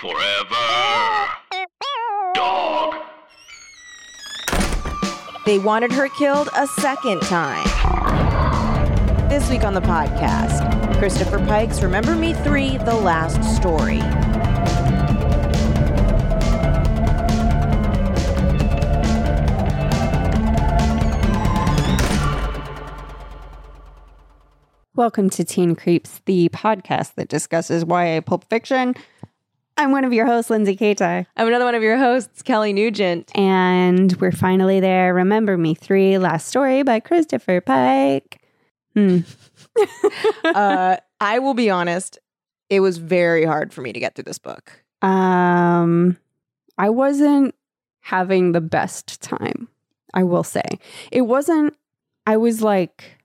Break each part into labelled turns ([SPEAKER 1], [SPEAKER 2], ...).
[SPEAKER 1] Forever. Dog.
[SPEAKER 2] They wanted her killed a second time. This week on the podcast, Christopher Pike's Remember Me 3 The Last Story.
[SPEAKER 3] Welcome to Teen Creeps, the podcast that discusses YA pulp fiction. I'm one of your hosts, Lindsay Kaitai,
[SPEAKER 2] I'm another one of your hosts, Kelly Nugent.
[SPEAKER 3] and we're finally there. Remember Me 3 Last Story by Christopher Pike. Hmm.
[SPEAKER 2] uh, I will be honest, it was very hard for me to get through this book.
[SPEAKER 3] Um, I wasn't having the best time, I will say. It wasn't, I was like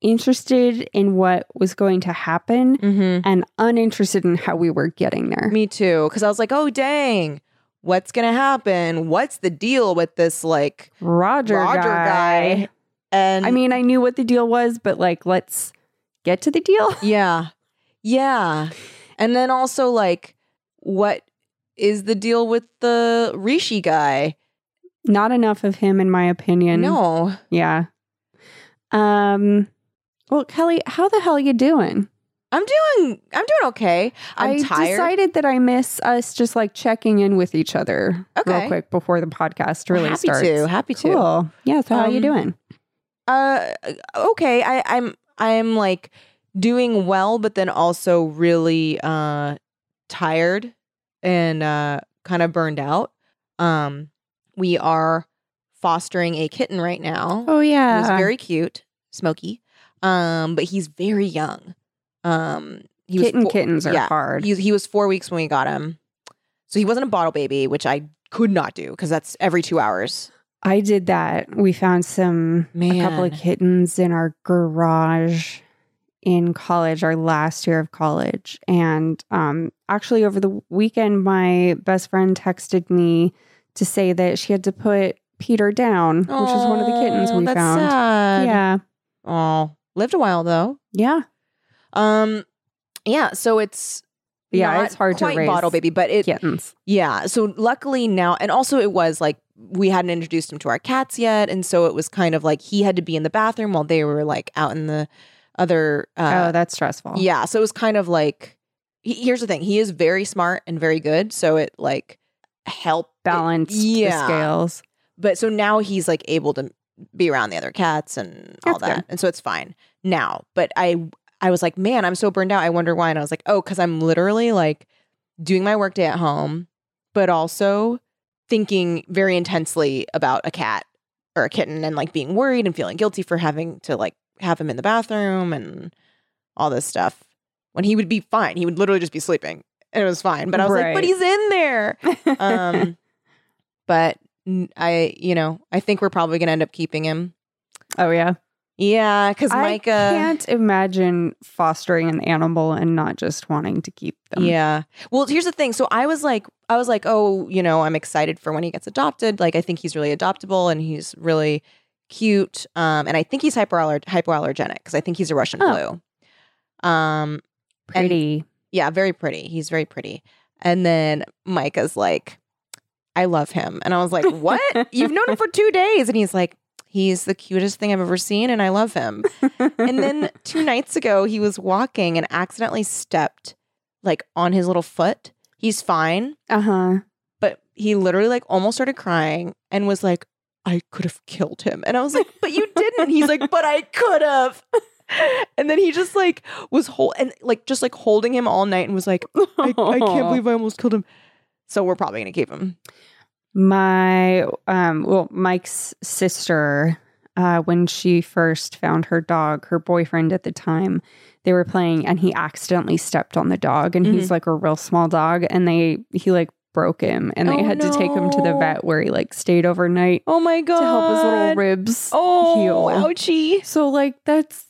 [SPEAKER 3] interested in what was going to happen
[SPEAKER 2] Mm-hmm.
[SPEAKER 3] and uninterested in how we were getting there.
[SPEAKER 2] Me too, because I was like, oh, dang, what's going to happen? What's the deal with this, like,
[SPEAKER 3] Roger,
[SPEAKER 2] Roger guy?
[SPEAKER 3] guy.
[SPEAKER 2] And
[SPEAKER 3] I mean, I knew what the deal was, but like, let's get to the deal.
[SPEAKER 2] Yeah. Yeah. And then also like what is the deal with the Rishi guy?
[SPEAKER 3] Not enough of him, in my opinion.
[SPEAKER 2] No.
[SPEAKER 3] Yeah. Um. Well, Kelly, how the hell you doing?
[SPEAKER 2] I'm doing I'm doing okay. I'm
[SPEAKER 3] I
[SPEAKER 2] tired.
[SPEAKER 3] decided that I miss us just like checking in with each other
[SPEAKER 2] Okay.
[SPEAKER 3] real quick before the podcast really
[SPEAKER 2] happy
[SPEAKER 3] starts.
[SPEAKER 2] to. Happy to.
[SPEAKER 3] Cool. Yeah. So how you
[SPEAKER 2] Um,
[SPEAKER 3] doing?
[SPEAKER 2] Uh okay. I, I'm I'm like doing well, but then also really uh tired and uh kind of burned out. Um we are fostering a kitten right now.
[SPEAKER 3] Oh yeah.
[SPEAKER 2] He's very cute, Smokey. Um, but he's very young. Um, he
[SPEAKER 3] Kitten
[SPEAKER 2] was four,
[SPEAKER 3] kittens are
[SPEAKER 2] yeah.
[SPEAKER 3] hard.
[SPEAKER 2] He, he was four weeks when we got him, so he wasn't a bottle baby, which I could not do because that's every two hours.
[SPEAKER 3] I did that. We found some a couple of
[SPEAKER 2] Man.
[SPEAKER 3] kittens in our garage in college, our last year of college. And um actually over the weekend my best friend texted me to say that she had to put Peter down, which is one of the kittens
[SPEAKER 2] Aw,
[SPEAKER 3] we
[SPEAKER 2] that's
[SPEAKER 3] found.
[SPEAKER 2] Sad.
[SPEAKER 3] Yeah.
[SPEAKER 2] Oh, lived a while though.
[SPEAKER 3] Yeah.
[SPEAKER 2] Um, yeah. So it's
[SPEAKER 3] Yeah,
[SPEAKER 2] not
[SPEAKER 3] it's hard to
[SPEAKER 2] quite
[SPEAKER 3] raise
[SPEAKER 2] bottle baby, but it
[SPEAKER 3] Kittens.
[SPEAKER 2] Yeah. So luckily now, and also it was like we hadn't introduced him to our cats yet. And so it was kind of like he had to be in the bathroom while they were like out in the other.
[SPEAKER 3] oh,
[SPEAKER 2] Uh,
[SPEAKER 3] that's stressful.
[SPEAKER 2] yeah. So it was kind of like, he, here's the thing he is very smart and very good. So it like helped it-
[SPEAKER 3] Balance the
[SPEAKER 2] yeah.
[SPEAKER 3] scales.
[SPEAKER 2] But so now he's like able to be around the other cats and all
[SPEAKER 3] That's
[SPEAKER 2] that.
[SPEAKER 3] good.
[SPEAKER 2] And so it's fine now. But I, I was like, man, I'm so burned out. I wonder why. And I was like, oh, because I'm literally like doing my workday at home, but also thinking very intensely about a cat or a kitten and like being worried and feeling guilty for having to like have him in the bathroom and all this stuff when he would be fine. He would literally just be sleeping and it was fine. But I was like,
[SPEAKER 3] Right.
[SPEAKER 2] but he's in there. Um, but n- I, you know, I think we're probably going to end up keeping him.
[SPEAKER 3] oh yeah.
[SPEAKER 2] Yeah. Cause Micah.
[SPEAKER 3] I can't imagine fostering an animal and not just wanting to keep them.
[SPEAKER 2] Um, Yeah. Well, here's the thing. So I was like, I was like, oh, you know, I'm excited for when he gets adopted. Like, I think he's really adoptable and he's really cute. Um, and I think he's hypoaller- hypoallergenic because I think he's a Russian
[SPEAKER 3] Oh.
[SPEAKER 2] blue. Um, And-
[SPEAKER 3] Pretty.
[SPEAKER 2] yeah, very pretty. He's very pretty. And then Micah's like, I love him. And I was like, what? You've known him for two days. And he's like, he's the cutest thing I've ever seen and I love him. And then two nights ago, he was walking and accidentally stepped like on his little foot. he's fine,
[SPEAKER 3] Uh huh.
[SPEAKER 2] but he literally like almost started crying and was like, I could have killed him. And I was like, but you didn't. He's like, but I could have. And then he just like was whole and like just like holding him all night and was like, I, I can't believe I almost killed him. So we're probably gonna keep him.
[SPEAKER 3] my um well Mike's sister uh when she first found her dog, her boyfriend at the time, they were playing and he accidentally stepped on the dog and
[SPEAKER 2] Mm-hmm.
[SPEAKER 3] he's like a real small dog and they he like broke him and they
[SPEAKER 2] Oh,
[SPEAKER 3] had to take him to the
[SPEAKER 2] no.
[SPEAKER 3] vet where he like stayed overnight
[SPEAKER 2] Oh my god.
[SPEAKER 3] to help his little ribs
[SPEAKER 2] oh,
[SPEAKER 3] heal.
[SPEAKER 2] ouchie.
[SPEAKER 3] So like that's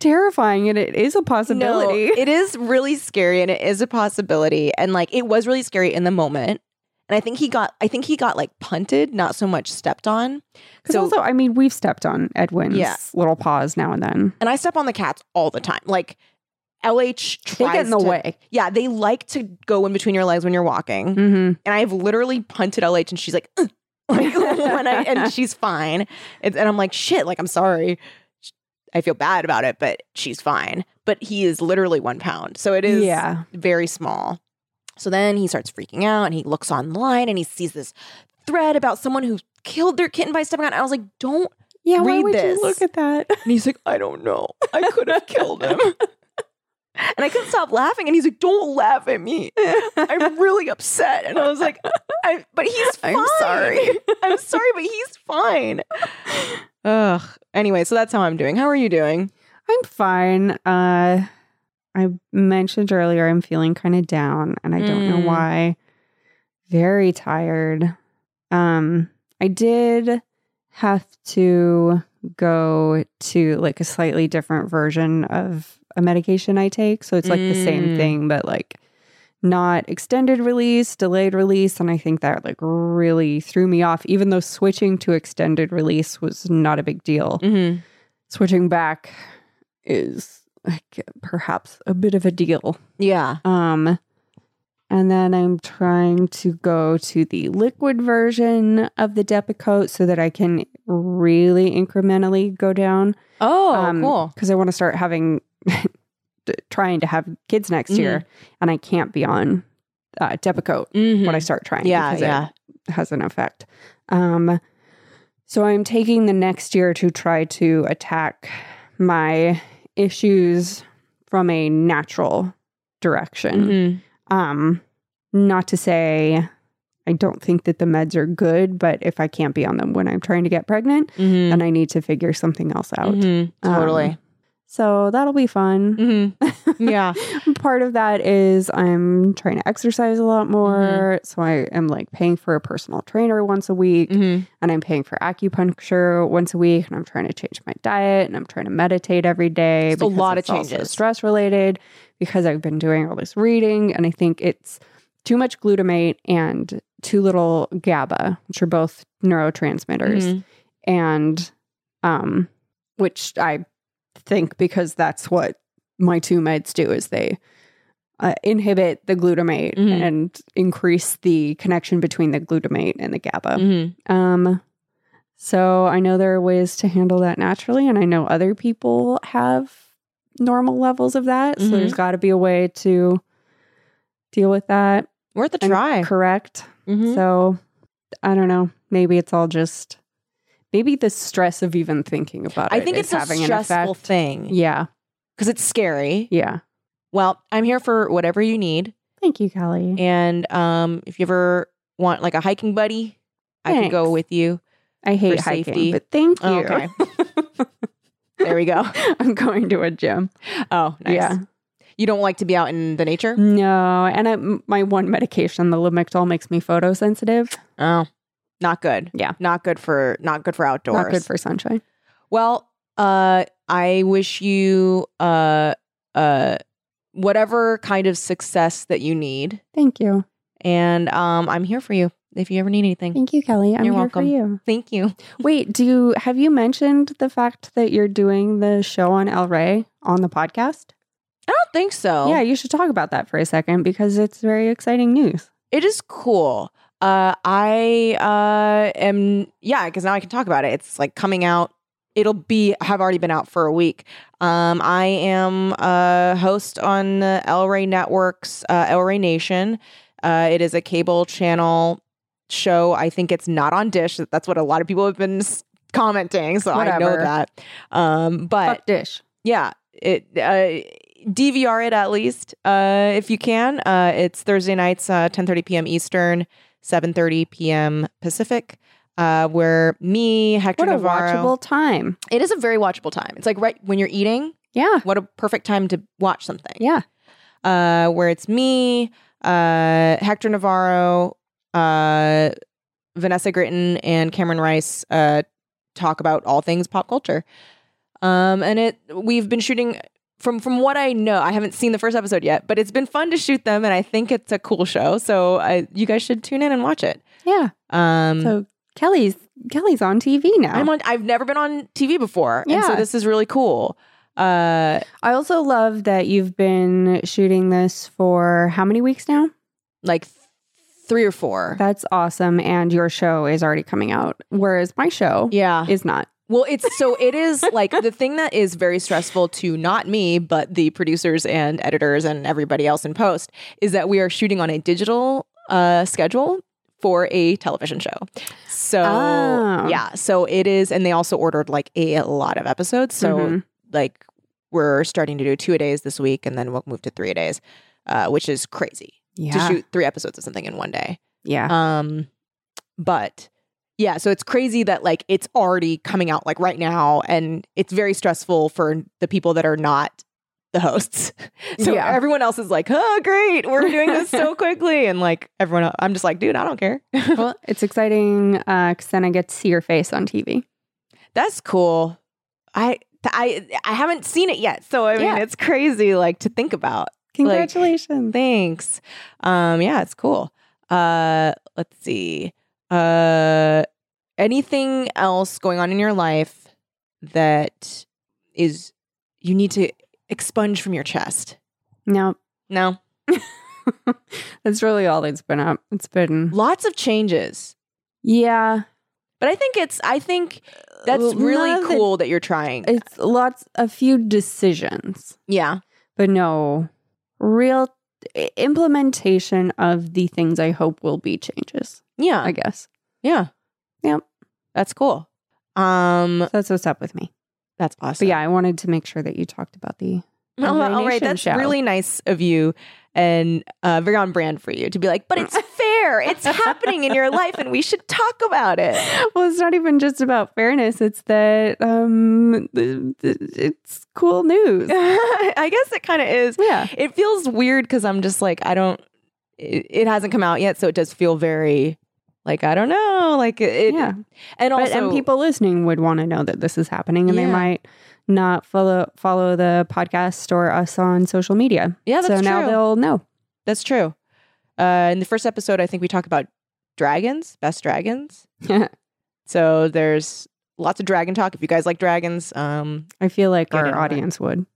[SPEAKER 3] terrifying and it is a possibility.
[SPEAKER 2] No, it is really scary and it is a possibility. And like it was really scary in the moment. And I think he got I think he got like punted, not so much stepped on.
[SPEAKER 3] Because also, I mean, we've stepped on Edwin's
[SPEAKER 2] Yeah.
[SPEAKER 3] little paws now and then.
[SPEAKER 2] and I step on the cats all the time. Like LH
[SPEAKER 3] They
[SPEAKER 2] tries
[SPEAKER 3] get in the
[SPEAKER 2] to-
[SPEAKER 3] way.
[SPEAKER 2] Yeah, they like to go in between your legs when you're walking.
[SPEAKER 3] Mm-hmm.
[SPEAKER 2] And I've literally punted LH and she's like, "Ugh." like when I and she's fine. It's, and I'm like, shit, like I'm sorry. I feel bad about it, but she's fine. But he is literally one pound. So it is
[SPEAKER 3] yeah.
[SPEAKER 2] very small. So then he starts freaking out and he looks online and he sees this thread about someone who killed their kitten by stepping on. it. I was like, don't.
[SPEAKER 3] Yeah, why
[SPEAKER 2] read
[SPEAKER 3] would
[SPEAKER 2] this.
[SPEAKER 3] you look at that?
[SPEAKER 2] And he's like, I don't know. I could have killed him. And I couldn't stop laughing. And he's like, don't laugh at me. I'm really upset. And I was like, I, but he's fine.
[SPEAKER 3] I'm sorry.
[SPEAKER 2] I'm sorry, but he's fine. Ugh. Anyway, so that's how I'm doing. How are you doing?
[SPEAKER 3] I'm fine. Uh I mentioned earlier I'm feeling kind of down and I don't know
[SPEAKER 2] Mm.
[SPEAKER 3] why. Very tired. Um I did have to go to like a slightly different version of a medication I take, so it's like the same
[SPEAKER 2] Mm.
[SPEAKER 3] thing but like not extended release, delayed release, and I think that like really threw me off even though switching to extended release was not a big deal
[SPEAKER 2] Mm-hmm.
[SPEAKER 3] switching back is like perhaps a bit of a deal.
[SPEAKER 2] Yeah.
[SPEAKER 3] Um and then I'm trying to go to the liquid version of the Depakote so that I can really incrementally go down.
[SPEAKER 2] Oh,
[SPEAKER 3] Because I want to start having, t- trying to have kids next
[SPEAKER 2] Mhm.
[SPEAKER 3] year, and I can't be on uh, Depakote when I start trying.
[SPEAKER 2] Mm-hmm. Yeah,
[SPEAKER 3] because it
[SPEAKER 2] yeah.
[SPEAKER 3] has an effect. Um, so I'm taking the next year to try to attack my issues from a natural direction. Um, not to say I don't think that the meds are good, but if I can't be on them when I'm trying to get pregnant, then I need to figure something else out. Um,
[SPEAKER 2] Mm-hmm. Mm. Totally. Mm-hmm.
[SPEAKER 3] so that'll be fun.
[SPEAKER 2] Yeah.
[SPEAKER 3] Part of that is I'm trying to exercise a lot more. So I am like paying for a personal trainer once a week
[SPEAKER 2] Mm-hmm.
[SPEAKER 3] and I'm paying for acupuncture once a week and I'm trying to change my diet and I'm trying to meditate every day.
[SPEAKER 2] It's a
[SPEAKER 3] because
[SPEAKER 2] lot of
[SPEAKER 3] it's also
[SPEAKER 2] changes.
[SPEAKER 3] Stress related because I've been doing all this reading and I think it's too much glutamate and too little GABA, which are both neurotransmitters
[SPEAKER 2] Mm-hmm.
[SPEAKER 3] and um which i think because that's what my two meds do is they uh, inhibit the glutamate
[SPEAKER 2] Mhm.
[SPEAKER 3] and increase the connection between the glutamate and the gaba
[SPEAKER 2] Mm-hmm.
[SPEAKER 3] um so i know there are ways to handle that naturally and i know other people have normal levels of that so
[SPEAKER 2] Mhm.
[SPEAKER 3] there's got to be a way to deal with that
[SPEAKER 2] Worth a
[SPEAKER 3] and
[SPEAKER 2] try. Mm-hmm.
[SPEAKER 3] correct so I don't know. Maybe it's all just maybe the stress of even thinking about it.
[SPEAKER 2] I think
[SPEAKER 3] is
[SPEAKER 2] it's a
[SPEAKER 3] having an
[SPEAKER 2] stressful
[SPEAKER 3] effect.
[SPEAKER 2] thing
[SPEAKER 3] Yeah.
[SPEAKER 2] because it's scary.
[SPEAKER 3] Yeah.
[SPEAKER 2] Well, I'm here for whatever you need,
[SPEAKER 3] Thank you, Kelly.
[SPEAKER 2] and um, if you ever want like a hiking buddy, I can go
[SPEAKER 3] Thanks.
[SPEAKER 2] with you.
[SPEAKER 3] I hate hiking,
[SPEAKER 2] safety.
[SPEAKER 3] but thank you.
[SPEAKER 2] Oh, okay. there we go.
[SPEAKER 3] I'm going to a gym.
[SPEAKER 2] Oh, nice.
[SPEAKER 3] Yeah.
[SPEAKER 2] You don't like to be out in the nature?
[SPEAKER 3] No, and I, my one medication, the Lamictal, makes me photosensitive.
[SPEAKER 2] Oh, not good.
[SPEAKER 3] Yeah.
[SPEAKER 2] not good for not good for outdoors.
[SPEAKER 3] Not good for sunshine.
[SPEAKER 2] Well, uh, I wish you uh, uh, whatever kind of success that you need,
[SPEAKER 3] Thank you.
[SPEAKER 2] and um, I'm here for you if you ever need anything.
[SPEAKER 3] Thank you, Kelly. I'm
[SPEAKER 2] You're
[SPEAKER 3] here
[SPEAKER 2] welcome.
[SPEAKER 3] for you.
[SPEAKER 2] Thank you.
[SPEAKER 3] Wait, do you have you mentioned the fact that you're doing the show on El Rey on the podcast?
[SPEAKER 2] I don't think so.
[SPEAKER 3] Yeah, you should talk about that for a second because it's very exciting news.
[SPEAKER 2] it is cool. Uh, I uh, am yeah, because now I can talk about it. It's like coming out. It'll be have already been out for a week. Um, I am a host on the El Rey Networks, uh, El Rey Nation. Uh, it is a cable channel show. I think it's not on Dish. That's what a lot of people have been s- commenting, so I know
[SPEAKER 3] Whatever.
[SPEAKER 2] that. Um, but
[SPEAKER 3] Fuck dish.
[SPEAKER 2] yeah, it uh, DVR it at least uh, if you can. Uh, it's Thursday nights, uh, ten thirty p.m. Eastern, seven thirty p.m. Pacific. Uh, where me, Hector
[SPEAKER 3] What a
[SPEAKER 2] Navarro.
[SPEAKER 3] watchable time.
[SPEAKER 2] It is a very watchable time. It's like right when you're eating.
[SPEAKER 3] Yeah.
[SPEAKER 2] What a perfect time to watch something.
[SPEAKER 3] Yeah.
[SPEAKER 2] Uh, where it's me, uh, Hector Navarro, uh, Vanessa Gritton, and Cameron Rice uh, talk about all things pop culture. Um, and it we've been shooting from from what I know. I haven't seen the first episode yet, but it's been fun to shoot them, and I think it's a cool show. So I, you guys should tune in and watch it.
[SPEAKER 3] Yeah.
[SPEAKER 2] Um,
[SPEAKER 3] So Kelly's Kelly's on TV now.
[SPEAKER 2] I'm on. I've never been on TV before, and so
[SPEAKER 3] Yeah.
[SPEAKER 2] this is really cool. Uh,
[SPEAKER 3] I also love that you've been shooting this for how many weeks now?
[SPEAKER 2] like th- three or four.
[SPEAKER 3] That's awesome. And your show is already coming out, whereas my show
[SPEAKER 2] yeah.
[SPEAKER 3] is not.
[SPEAKER 2] Well, it's so it is like the thing that is very stressful to not me, but the producers and editors and everybody else in post is that we are shooting on a digital uh, schedule for a television show. So
[SPEAKER 3] Oh.
[SPEAKER 2] yeah, so it is, and they also ordered like a, lot of episodes. So
[SPEAKER 3] Mhm.
[SPEAKER 2] like we're starting to do two a days this week, and then we'll move to three a days, uh, which is crazy
[SPEAKER 3] yeah,
[SPEAKER 2] to shoot three episodes of something in one day.
[SPEAKER 3] yeah.
[SPEAKER 2] Um, but yeah, so it's crazy that like it's already coming out like right now, and it's very stressful for the people that are not the hosts. so
[SPEAKER 3] Yeah.
[SPEAKER 2] everyone else is like, "Oh, great, we're doing this so quickly," and like everyone, el- I'm just like, "Dude, I don't care."
[SPEAKER 3] well, it's exciting because then I get to see your face on TV.
[SPEAKER 2] That's cool. I I I haven't seen it yet, so I mean,
[SPEAKER 3] Yeah.
[SPEAKER 2] it's crazy like to think about.
[SPEAKER 3] Congratulations!
[SPEAKER 2] Thanks. Um, yeah, it's cool. Uh, let's see. Uh, anything else going on in your life that is you need to expunge from your chest?
[SPEAKER 3] no,
[SPEAKER 2] No,
[SPEAKER 3] Mm-hmm. that's really all that's been up. It's been
[SPEAKER 2] lots of changes,
[SPEAKER 3] yeah.
[SPEAKER 2] but I think it's I think that's
[SPEAKER 3] Well, none
[SPEAKER 2] really
[SPEAKER 3] of the-
[SPEAKER 2] cool that you're trying.
[SPEAKER 3] It's lots a few decisions,
[SPEAKER 2] yeah,
[SPEAKER 3] but no real i- implementation of the things I hope will be changes.
[SPEAKER 2] yeah,
[SPEAKER 3] I guess
[SPEAKER 2] yeah,
[SPEAKER 3] Yep.
[SPEAKER 2] That's cool. Um,
[SPEAKER 3] so that's what's up with me.
[SPEAKER 2] that's
[SPEAKER 3] But
[SPEAKER 2] awesome.
[SPEAKER 3] yeah, I wanted to make sure that you talked about the
[SPEAKER 2] Oh,
[SPEAKER 3] Hungry
[SPEAKER 2] all right,
[SPEAKER 3] Nation
[SPEAKER 2] that's
[SPEAKER 3] show.
[SPEAKER 2] really nice of you and uh, very on brand for you to be like, but it's fair, it's happening in your life, and we should talk about it.
[SPEAKER 3] well, it's not even just about fairness. It's that um, th- th- it's cool news.
[SPEAKER 2] I guess it kind of is.
[SPEAKER 3] Yeah,
[SPEAKER 2] It feels weird because I'm just like, I don't. It, it hasn't come out yet, so it does feel very like I don't know, like it.
[SPEAKER 3] yeah.
[SPEAKER 2] and also
[SPEAKER 3] but and people listening would want to know that this is happening, and
[SPEAKER 2] Yeah.
[SPEAKER 3] they might not follow follow the podcast or us on social media.
[SPEAKER 2] Yeah, that's
[SPEAKER 3] so now
[SPEAKER 2] true.
[SPEAKER 3] they'll know.
[SPEAKER 2] That's true. Uh, in the first episode, I think we talk about dragons, best dragons. so there's lots of dragon talk. If you guys like dragons, um,
[SPEAKER 3] I feel like
[SPEAKER 2] Get in
[SPEAKER 3] our
[SPEAKER 2] on it.
[SPEAKER 3] audience would.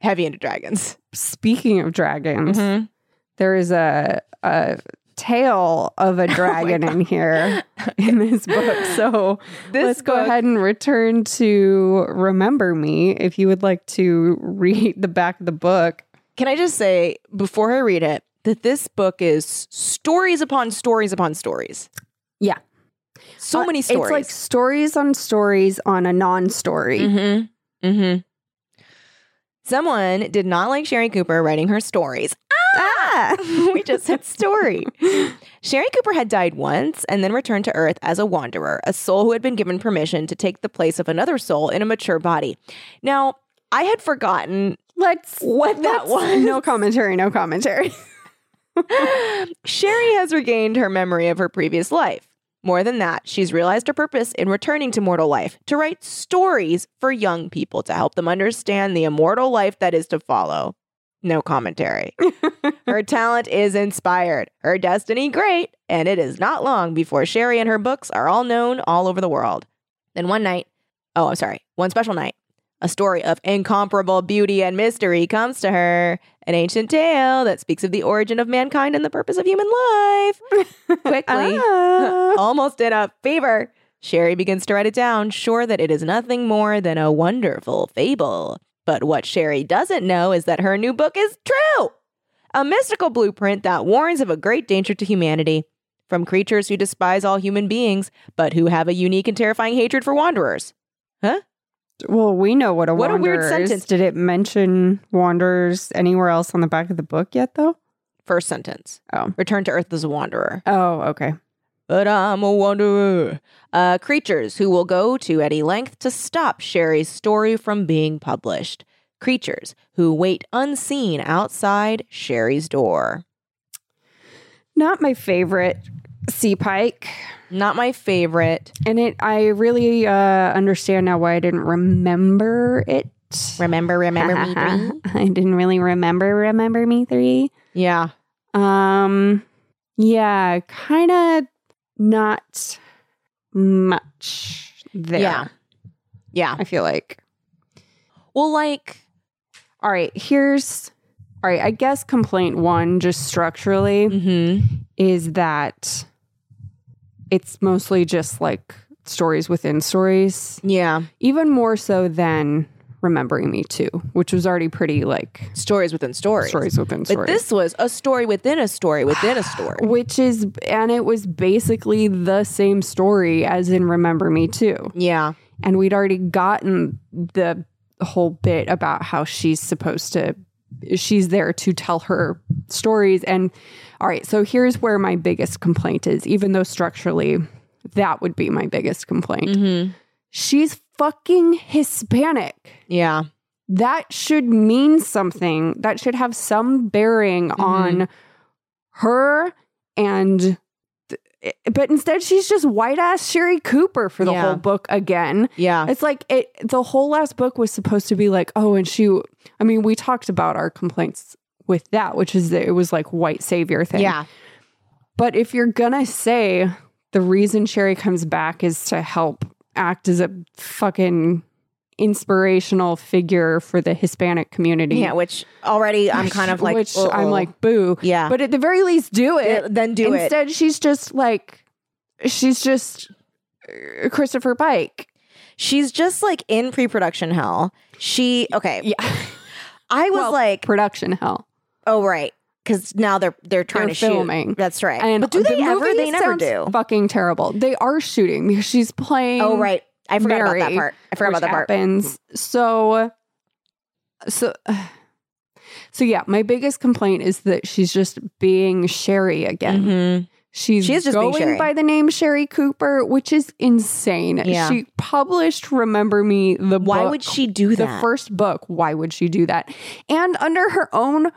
[SPEAKER 2] heavy into dragons.
[SPEAKER 3] Speaking of dragons,
[SPEAKER 2] Mhm.
[SPEAKER 3] there is a a tale of
[SPEAKER 2] Oh
[SPEAKER 3] a dragon in here in this book. So
[SPEAKER 2] This
[SPEAKER 3] Let's go
[SPEAKER 2] book-
[SPEAKER 3] ahead and return to Remember Me if you would like to read the back of the book.
[SPEAKER 2] Can I just say before I read it that this book is stories upon stories upon stories.
[SPEAKER 3] Yeah.
[SPEAKER 2] so
[SPEAKER 3] Uh,
[SPEAKER 2] many stories.
[SPEAKER 3] It's like stories on stories on a non story.
[SPEAKER 2] Mm-hmm. Mm-hmm. Someone did not like Sherry Cooper writing her stories. Ah! we just said story. Sherry Cooper had died once and then returned to Earth as a wanderer, a soul who had been given permission to take the place of another soul in a mature body. Now, I had forgotten
[SPEAKER 3] Let's.
[SPEAKER 2] what that
[SPEAKER 3] let's-
[SPEAKER 2] was.
[SPEAKER 3] No commentary, no commentary.
[SPEAKER 2] Sherry has regained her memory of her previous life. More than that, she's realized her purpose in returning to mortal life to write stories for young people to help them understand the immortal life that is to follow. No commentary. her talent is inspired, her destiny great, and it is not long before Sherry and her books are all known all over the world. Then one night, oh, I'm sorry, one special night, a story of incomparable beauty and mystery comes to her, an ancient tale that speaks of the origin of mankind and the purpose of human life. Quickly,
[SPEAKER 3] Ah.
[SPEAKER 2] almost in a fever, Sherry begins to write it down, sure that it is nothing more than a wonderful fable. But what Sherry doesn't know is that her new book is true. a mystical blueprint that warns of a great danger to humanity from creatures who despise all human beings, but who have a unique and terrifying hatred for wanderers.
[SPEAKER 3] Well, we know what a
[SPEAKER 2] What a weird
[SPEAKER 3] wanderer
[SPEAKER 2] sentence.
[SPEAKER 3] Is. Did it mention wanderers anywhere else on the back of the book yet, though?
[SPEAKER 2] First sentence.
[SPEAKER 3] Oh.
[SPEAKER 2] Return to Earth as a wanderer.
[SPEAKER 3] Oh, okay.
[SPEAKER 2] But I'm a wanderer. Uh, creatures who will go to any length to stop Sherry's story from being published. Creatures who wait unseen outside Sherry's door.
[SPEAKER 3] Not my favorite sea pike,
[SPEAKER 2] Not my favorite.
[SPEAKER 3] and it. I really uh, understand now why I didn't remember it.
[SPEAKER 2] Remember, remember me. Bree?
[SPEAKER 3] Uh-huh. I didn't really remember. Remember me three.
[SPEAKER 2] Yeah.
[SPEAKER 3] Um, yeah, kind of not much there.
[SPEAKER 2] Yeah. Yeah.
[SPEAKER 3] I feel like.
[SPEAKER 2] Well, like,
[SPEAKER 3] All right, here's all right. I guess complaint one, just structurally,
[SPEAKER 2] mm-hmm.
[SPEAKER 3] is that it's mostly just like stories within stories,
[SPEAKER 2] yeah.
[SPEAKER 3] even more so than remembering me too, which was already pretty like
[SPEAKER 2] Stories within stories.
[SPEAKER 3] stories within
[SPEAKER 2] But
[SPEAKER 3] stories.
[SPEAKER 2] this was a story within a story within a story.
[SPEAKER 3] which is and it was basically the same story as in remember me too
[SPEAKER 2] yeah.
[SPEAKER 3] and we'd already gotten the whole bit about how she's supposed to she's there to tell her stories and all right so here's where my biggest complaint is even though structurally that would be my biggest complaint
[SPEAKER 2] Mm-hmm.
[SPEAKER 3] she's fucking hispanic
[SPEAKER 2] Yeah.
[SPEAKER 3] that should mean something that should have some bearing
[SPEAKER 2] Mm-hmm.
[SPEAKER 3] on her and th- but instead she's just white ass sherry cooper for the
[SPEAKER 2] Yeah.
[SPEAKER 3] whole book again
[SPEAKER 2] Yeah.
[SPEAKER 3] it's like it the whole last book was supposed to be like oh and she i mean we talked about our complaints with that which is that it was like white savior thing
[SPEAKER 2] Yeah.
[SPEAKER 3] but if you're gonna say the reason Sherry comes back is to help act as a fucking inspirational figure for the Hispanic community,
[SPEAKER 2] Yeah. Which already I'm kind of like,
[SPEAKER 3] which
[SPEAKER 2] uh-oh.
[SPEAKER 3] I'm like, boo.
[SPEAKER 2] yeah.
[SPEAKER 3] But at the very least, do it.
[SPEAKER 2] Yeah, then do it.
[SPEAKER 3] Instead, she's just like, she's just uh, Christopher Pike.
[SPEAKER 2] She's just like in pre-production hell. She okay.
[SPEAKER 3] Yeah,
[SPEAKER 2] I was
[SPEAKER 3] Well,
[SPEAKER 2] like,
[SPEAKER 3] production hell.
[SPEAKER 2] oh right, because now they're they're trying
[SPEAKER 3] They're
[SPEAKER 2] to shoot.
[SPEAKER 3] filming.
[SPEAKER 2] That's right.
[SPEAKER 3] And
[SPEAKER 2] but do
[SPEAKER 3] the
[SPEAKER 2] they ever?
[SPEAKER 3] movie
[SPEAKER 2] They never
[SPEAKER 3] sounds
[SPEAKER 2] do.
[SPEAKER 3] Fucking terrible. They are shooting because she's playing.
[SPEAKER 2] Oh right, I forgot about that
[SPEAKER 3] Mary,
[SPEAKER 2] part. I forgot
[SPEAKER 3] which
[SPEAKER 2] about that part.
[SPEAKER 3] happens. So, so, so yeah. My biggest complaint is that she's just being Sherry again.
[SPEAKER 2] Mhm.
[SPEAKER 3] She's
[SPEAKER 2] She is just being
[SPEAKER 3] going
[SPEAKER 2] Sherry.
[SPEAKER 3] by the name Sherry Cooper, which is insane.
[SPEAKER 2] Yeah.
[SPEAKER 3] She published "Remember Me," the
[SPEAKER 2] Why
[SPEAKER 3] book,
[SPEAKER 2] would she do
[SPEAKER 3] the
[SPEAKER 2] that?
[SPEAKER 3] first book? Why would she do that? And under her own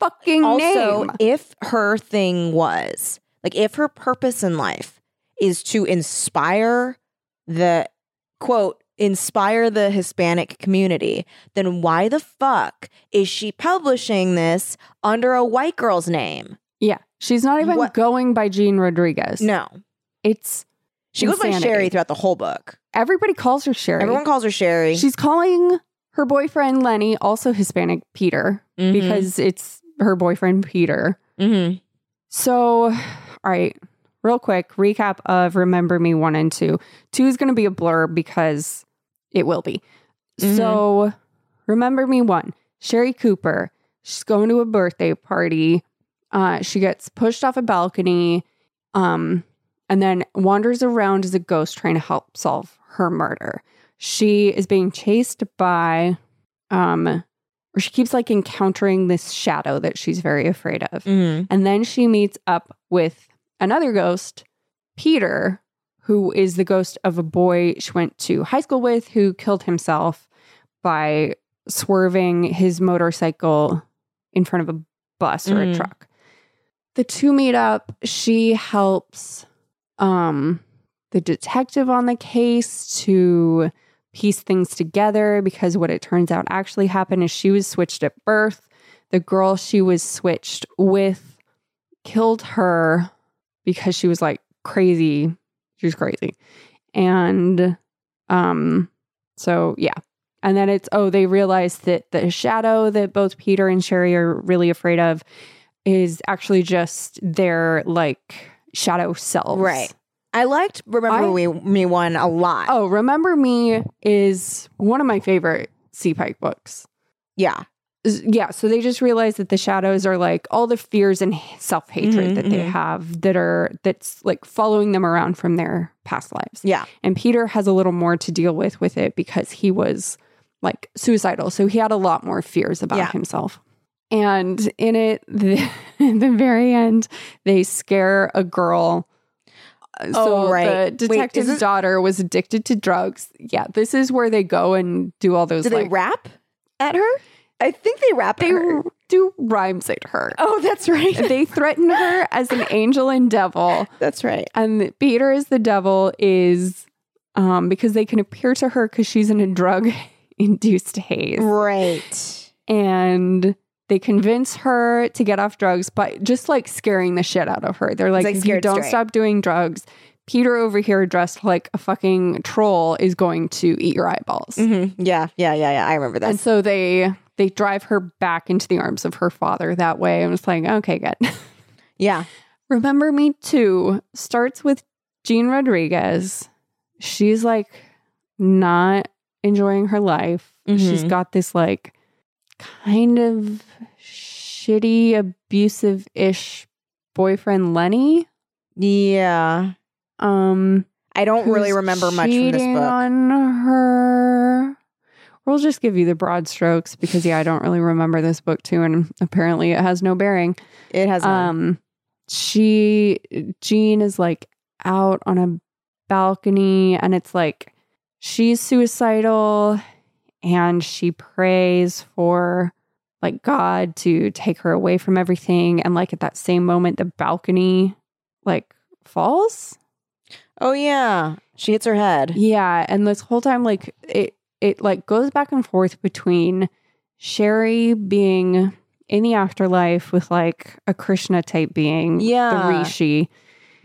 [SPEAKER 3] fucking
[SPEAKER 2] also,
[SPEAKER 3] name.
[SPEAKER 2] if her thing was like, if her purpose in life is to inspire the quote inspire the Hispanic community, then why the fuck is she publishing this under a white girl's name?
[SPEAKER 3] Yeah, she's not even
[SPEAKER 2] What-
[SPEAKER 3] going by Jean Rodriguez.
[SPEAKER 2] No.
[SPEAKER 3] it's
[SPEAKER 2] She goes by
[SPEAKER 3] Insanity.
[SPEAKER 2] Sherry throughout the whole book.
[SPEAKER 3] everybody calls her Sherry.
[SPEAKER 2] Everyone calls her Sherry.
[SPEAKER 3] She's calling her boyfriend Lenny, also Hispanic Peter,
[SPEAKER 2] Mhm.
[SPEAKER 3] because it's her boyfriend Peter.
[SPEAKER 2] Mhm.
[SPEAKER 3] So, all right, real quick recap of Remember Me 1 and 2. 2 is going to be a blur because it will be.
[SPEAKER 2] Mhm.
[SPEAKER 3] So, Remember Me 1, Sherry Cooper, she's going to a birthday party. Uh, she gets pushed off a balcony um, and then wanders around as a ghost trying to help solve her murder. She is being chased by, um, or she keeps like encountering this shadow that she's very afraid of.
[SPEAKER 2] Mhm.
[SPEAKER 3] And then she meets up with another ghost, Peter, who is the ghost of a boy she went to high school with who killed himself by swerving his motorcycle in front of a bus or a
[SPEAKER 2] Mm.
[SPEAKER 3] truck. The two meet up. She helps um, the detective on the case to piece things together because what it turns out actually happened is she was switched at birth. The girl she was switched with killed her because she was like crazy. She was crazy. And um so yeah. And then it's oh they realize that the shadow that both Peter and Sherry are really afraid of is actually just their like shadow selves.
[SPEAKER 2] Right. I liked Remember
[SPEAKER 3] I-
[SPEAKER 2] We- Me One a lot.
[SPEAKER 3] Oh, Remember Me is one of my favorite Sea Pike books.
[SPEAKER 2] Yeah.
[SPEAKER 3] yeah, so they just realize that the shadows are like all the fears and self hatred
[SPEAKER 2] Mhm,
[SPEAKER 3] that they
[SPEAKER 2] mhm.
[SPEAKER 3] have that are that's like following them around from their past lives.
[SPEAKER 2] Yeah.
[SPEAKER 3] And Peter has a little more to deal with with it because he was like suicidal. So he had a lot more fears about
[SPEAKER 2] Yeah.
[SPEAKER 3] himself. And in it, the, at the very end, they scare a girl. Uh,
[SPEAKER 2] Oh, right.
[SPEAKER 3] The
[SPEAKER 2] Wait,
[SPEAKER 3] detective's
[SPEAKER 2] is this-
[SPEAKER 3] daughter was addicted to drugs. Yeah, this is where they go and do all those.
[SPEAKER 2] Do they
[SPEAKER 3] like,
[SPEAKER 2] rap at her? I think they rap
[SPEAKER 3] they
[SPEAKER 2] at her.
[SPEAKER 3] do rhymes at her.
[SPEAKER 2] Oh, that's right.
[SPEAKER 3] They threaten her as an angel and devil,
[SPEAKER 2] that's right.
[SPEAKER 3] and Peter is the devil is um, because they can appear to her because she's in a drug induced haze,
[SPEAKER 2] Right.
[SPEAKER 3] and they convince her to get off drugs by just like scaring the shit out of her. They're like,
[SPEAKER 2] like
[SPEAKER 3] if you
[SPEAKER 2] scared
[SPEAKER 3] don't
[SPEAKER 2] straight."
[SPEAKER 3] stop doing drugs, Peter over here dressed like a fucking troll is going to eat your eyeballs.
[SPEAKER 2] Mm-hmm. Yeah, yeah, yeah, yeah. I remember
[SPEAKER 3] And
[SPEAKER 2] that.
[SPEAKER 3] so they they drive her back into the arms of her father that way. I'm just like, okay, good.
[SPEAKER 2] Yeah.
[SPEAKER 3] Remember Me Too starts with Jean Rodriguez. She's like not enjoying her life. She's
[SPEAKER 2] Mhm.
[SPEAKER 3] got this like kind of shitty, abusive ish boyfriend, Lenny.
[SPEAKER 2] Yeah.
[SPEAKER 3] Um,
[SPEAKER 2] I don't really
[SPEAKER 3] who's
[SPEAKER 2] remember much from this
[SPEAKER 3] cheating
[SPEAKER 2] book.
[SPEAKER 3] on her. We'll just give you the broad strokes because, yeah, I don't really remember this book too. And apparently it has no bearing.
[SPEAKER 2] it has none.
[SPEAKER 3] Um, she Jean is like out on a balcony, and it's like she's suicidal, and she prays for like God to take her away from everything, and like at that same moment, the balcony like falls.
[SPEAKER 2] Oh yeah. She hits her head.
[SPEAKER 3] Yeah, and this whole time, like it, it like goes back and forth between Sherry being in the afterlife with like a Krishna type being,
[SPEAKER 2] Yeah.
[SPEAKER 3] the Rishi,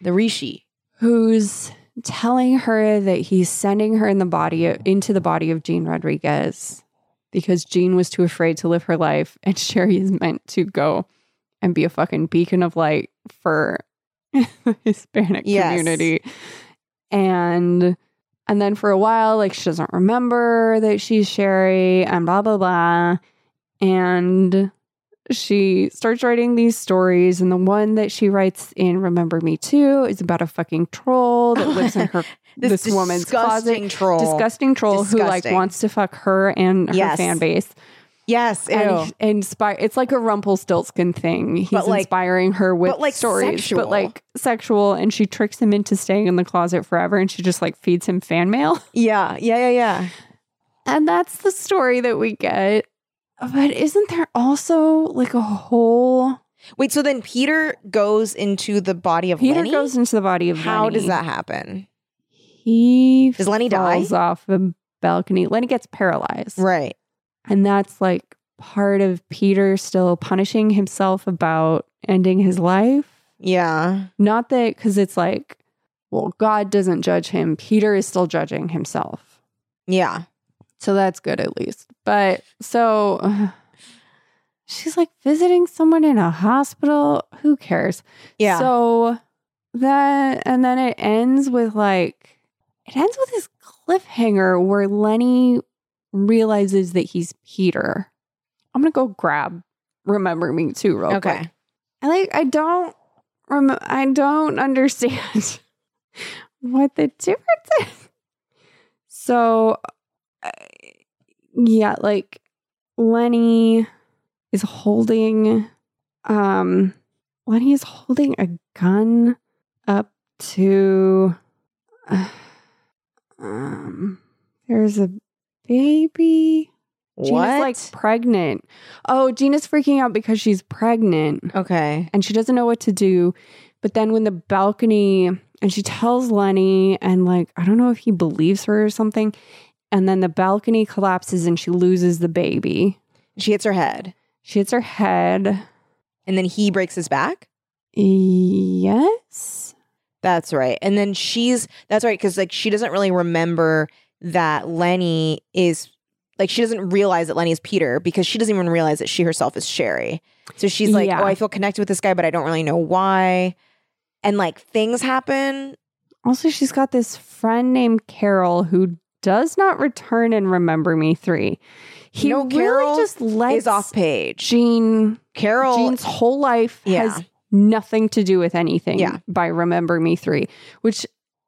[SPEAKER 2] The Rishi.
[SPEAKER 3] who's telling her that he's sending her in the body into the body of Jean Rodriguez because Jean was too afraid to live her life, and Sherry is meant to go and be a fucking beacon of light for the Hispanic
[SPEAKER 2] Yes.
[SPEAKER 3] community. And and then for a while, like she doesn't remember that she's Sherry and blah blah blah. And she starts writing these stories, and the one that she writes in Remember Me Too is about a fucking troll that lives in her this, woman's
[SPEAKER 2] disgusting
[SPEAKER 3] closet.
[SPEAKER 2] troll.
[SPEAKER 3] Disgusting troll who like
[SPEAKER 2] Disgusting.
[SPEAKER 3] wants to fuck her and her
[SPEAKER 2] Yes.
[SPEAKER 3] fan base.
[SPEAKER 2] Yes. Ew.
[SPEAKER 3] And inspire it's like a Rumpelstiltskin thing. He's
[SPEAKER 2] But, like-
[SPEAKER 3] inspiring her with
[SPEAKER 2] but, like,
[SPEAKER 3] stories, but
[SPEAKER 2] sexual.
[SPEAKER 3] like sexual, and she tricks him into staying in the closet forever, and she just like feeds him fan mail.
[SPEAKER 2] yeah. Yeah. Yeah. Yeah.
[SPEAKER 3] And that's the story that we get. But isn't there also like a whole
[SPEAKER 2] Wait. So then Peter goes into the body of
[SPEAKER 3] Peter
[SPEAKER 2] Lenny?
[SPEAKER 3] goes into the body of
[SPEAKER 2] How
[SPEAKER 3] Lenny.
[SPEAKER 2] does that happen?
[SPEAKER 3] He
[SPEAKER 2] Does Lenny die?
[SPEAKER 3] falls off a balcony. Lenny gets paralyzed.
[SPEAKER 2] Right.
[SPEAKER 3] And that's like part of Peter still punishing himself about ending his life.
[SPEAKER 2] Yeah.
[SPEAKER 3] Not that, because it's like, well, God doesn't judge him. Peter is still judging himself.
[SPEAKER 2] Yeah.
[SPEAKER 3] So that's good at least. But so she's like visiting someone in a hospital. Who cares?
[SPEAKER 2] Yeah.
[SPEAKER 3] So that, and then it ends with like, it ends with this cliffhanger where Lenny realizes that he's Peter. I'm going to go grab Remember Me Too real quick.
[SPEAKER 2] okay.
[SPEAKER 3] I like I don't rem- I don't understand what the difference is. So I- yeah, like Lenny is holding um Lenny is holding a gun up to uh, um there's a baby Gina's
[SPEAKER 2] What?
[SPEAKER 3] like pregnant. Oh, Gina's freaking out because she's pregnant
[SPEAKER 2] okay.
[SPEAKER 3] and she doesn't know what to do. But then when the balcony and she tells Lenny and like I don't know if he believes her or something and then the balcony collapses and she loses the baby.
[SPEAKER 2] She hits her head,
[SPEAKER 3] She hits her head.
[SPEAKER 2] and then he breaks his back.
[SPEAKER 3] Yes.
[SPEAKER 2] That's right. And then she's that's right because like she doesn't really remember that Lenny is like she doesn't realize that Lenny is Peter because she doesn't even realize that she herself is Sherry. So she's like,
[SPEAKER 3] Yeah.
[SPEAKER 2] "Oh, I feel connected with this guy, but I don't really know why." And like things happen.
[SPEAKER 3] Also she's got this friend named Carol who does not return in Remember Me 3. He
[SPEAKER 2] No,
[SPEAKER 3] really
[SPEAKER 2] Carol
[SPEAKER 3] just lets
[SPEAKER 2] is off page.
[SPEAKER 3] Gene.
[SPEAKER 2] Carol
[SPEAKER 3] Gene's whole life
[SPEAKER 2] Yeah.
[SPEAKER 3] has nothing to do with anything
[SPEAKER 2] Yeah.
[SPEAKER 3] by Remember Me 3, which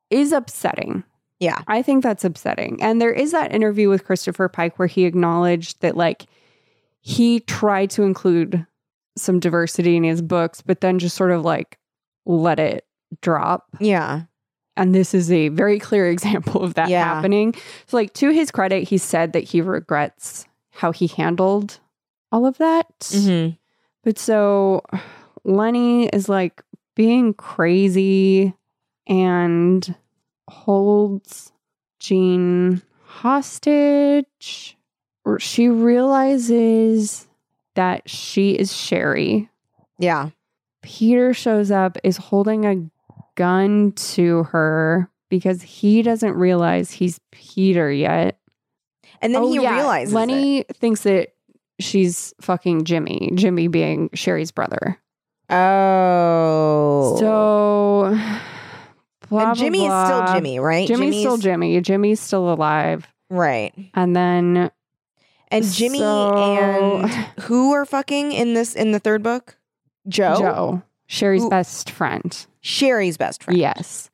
[SPEAKER 3] is upsetting.
[SPEAKER 2] Yeah.
[SPEAKER 3] I think that's upsetting. And there is that interview with Christopher Pike where he acknowledged that, like, he tried to include some diversity in his books, but then just sort of like let it drop.
[SPEAKER 2] Yeah.
[SPEAKER 3] And this is a very clear example of that
[SPEAKER 2] Yeah.
[SPEAKER 3] happening. So, like, to his credit, he said that he regrets how he handled all of that.
[SPEAKER 2] Mm-hmm.
[SPEAKER 3] But so Lenny is like being crazy and holds Jean hostage. Or She realizes that she is Sherry.
[SPEAKER 2] Yeah.
[SPEAKER 3] Peter shows up, is holding a gun to her because he doesn't realize he's Peter yet.
[SPEAKER 2] And then
[SPEAKER 3] Oh,
[SPEAKER 2] he
[SPEAKER 3] yeah.
[SPEAKER 2] realizes it.
[SPEAKER 3] Lenny thinks that she's fucking Jimmy, Jimmy being Sherry's brother.
[SPEAKER 2] Oh.
[SPEAKER 3] So blah, blah,
[SPEAKER 2] and Jimmy is still
[SPEAKER 3] blah.
[SPEAKER 2] Jimmy, right?
[SPEAKER 3] Jimmy's, still Jimmy. Jimmy's still alive.
[SPEAKER 2] Right.
[SPEAKER 3] And then
[SPEAKER 2] And Jimmy
[SPEAKER 3] So-
[SPEAKER 2] and who are fucking in this in the third book? Joe.
[SPEAKER 3] Joe, Sherry's
[SPEAKER 2] Who-
[SPEAKER 3] best friend.
[SPEAKER 2] Sherry's best friend.
[SPEAKER 3] Yes.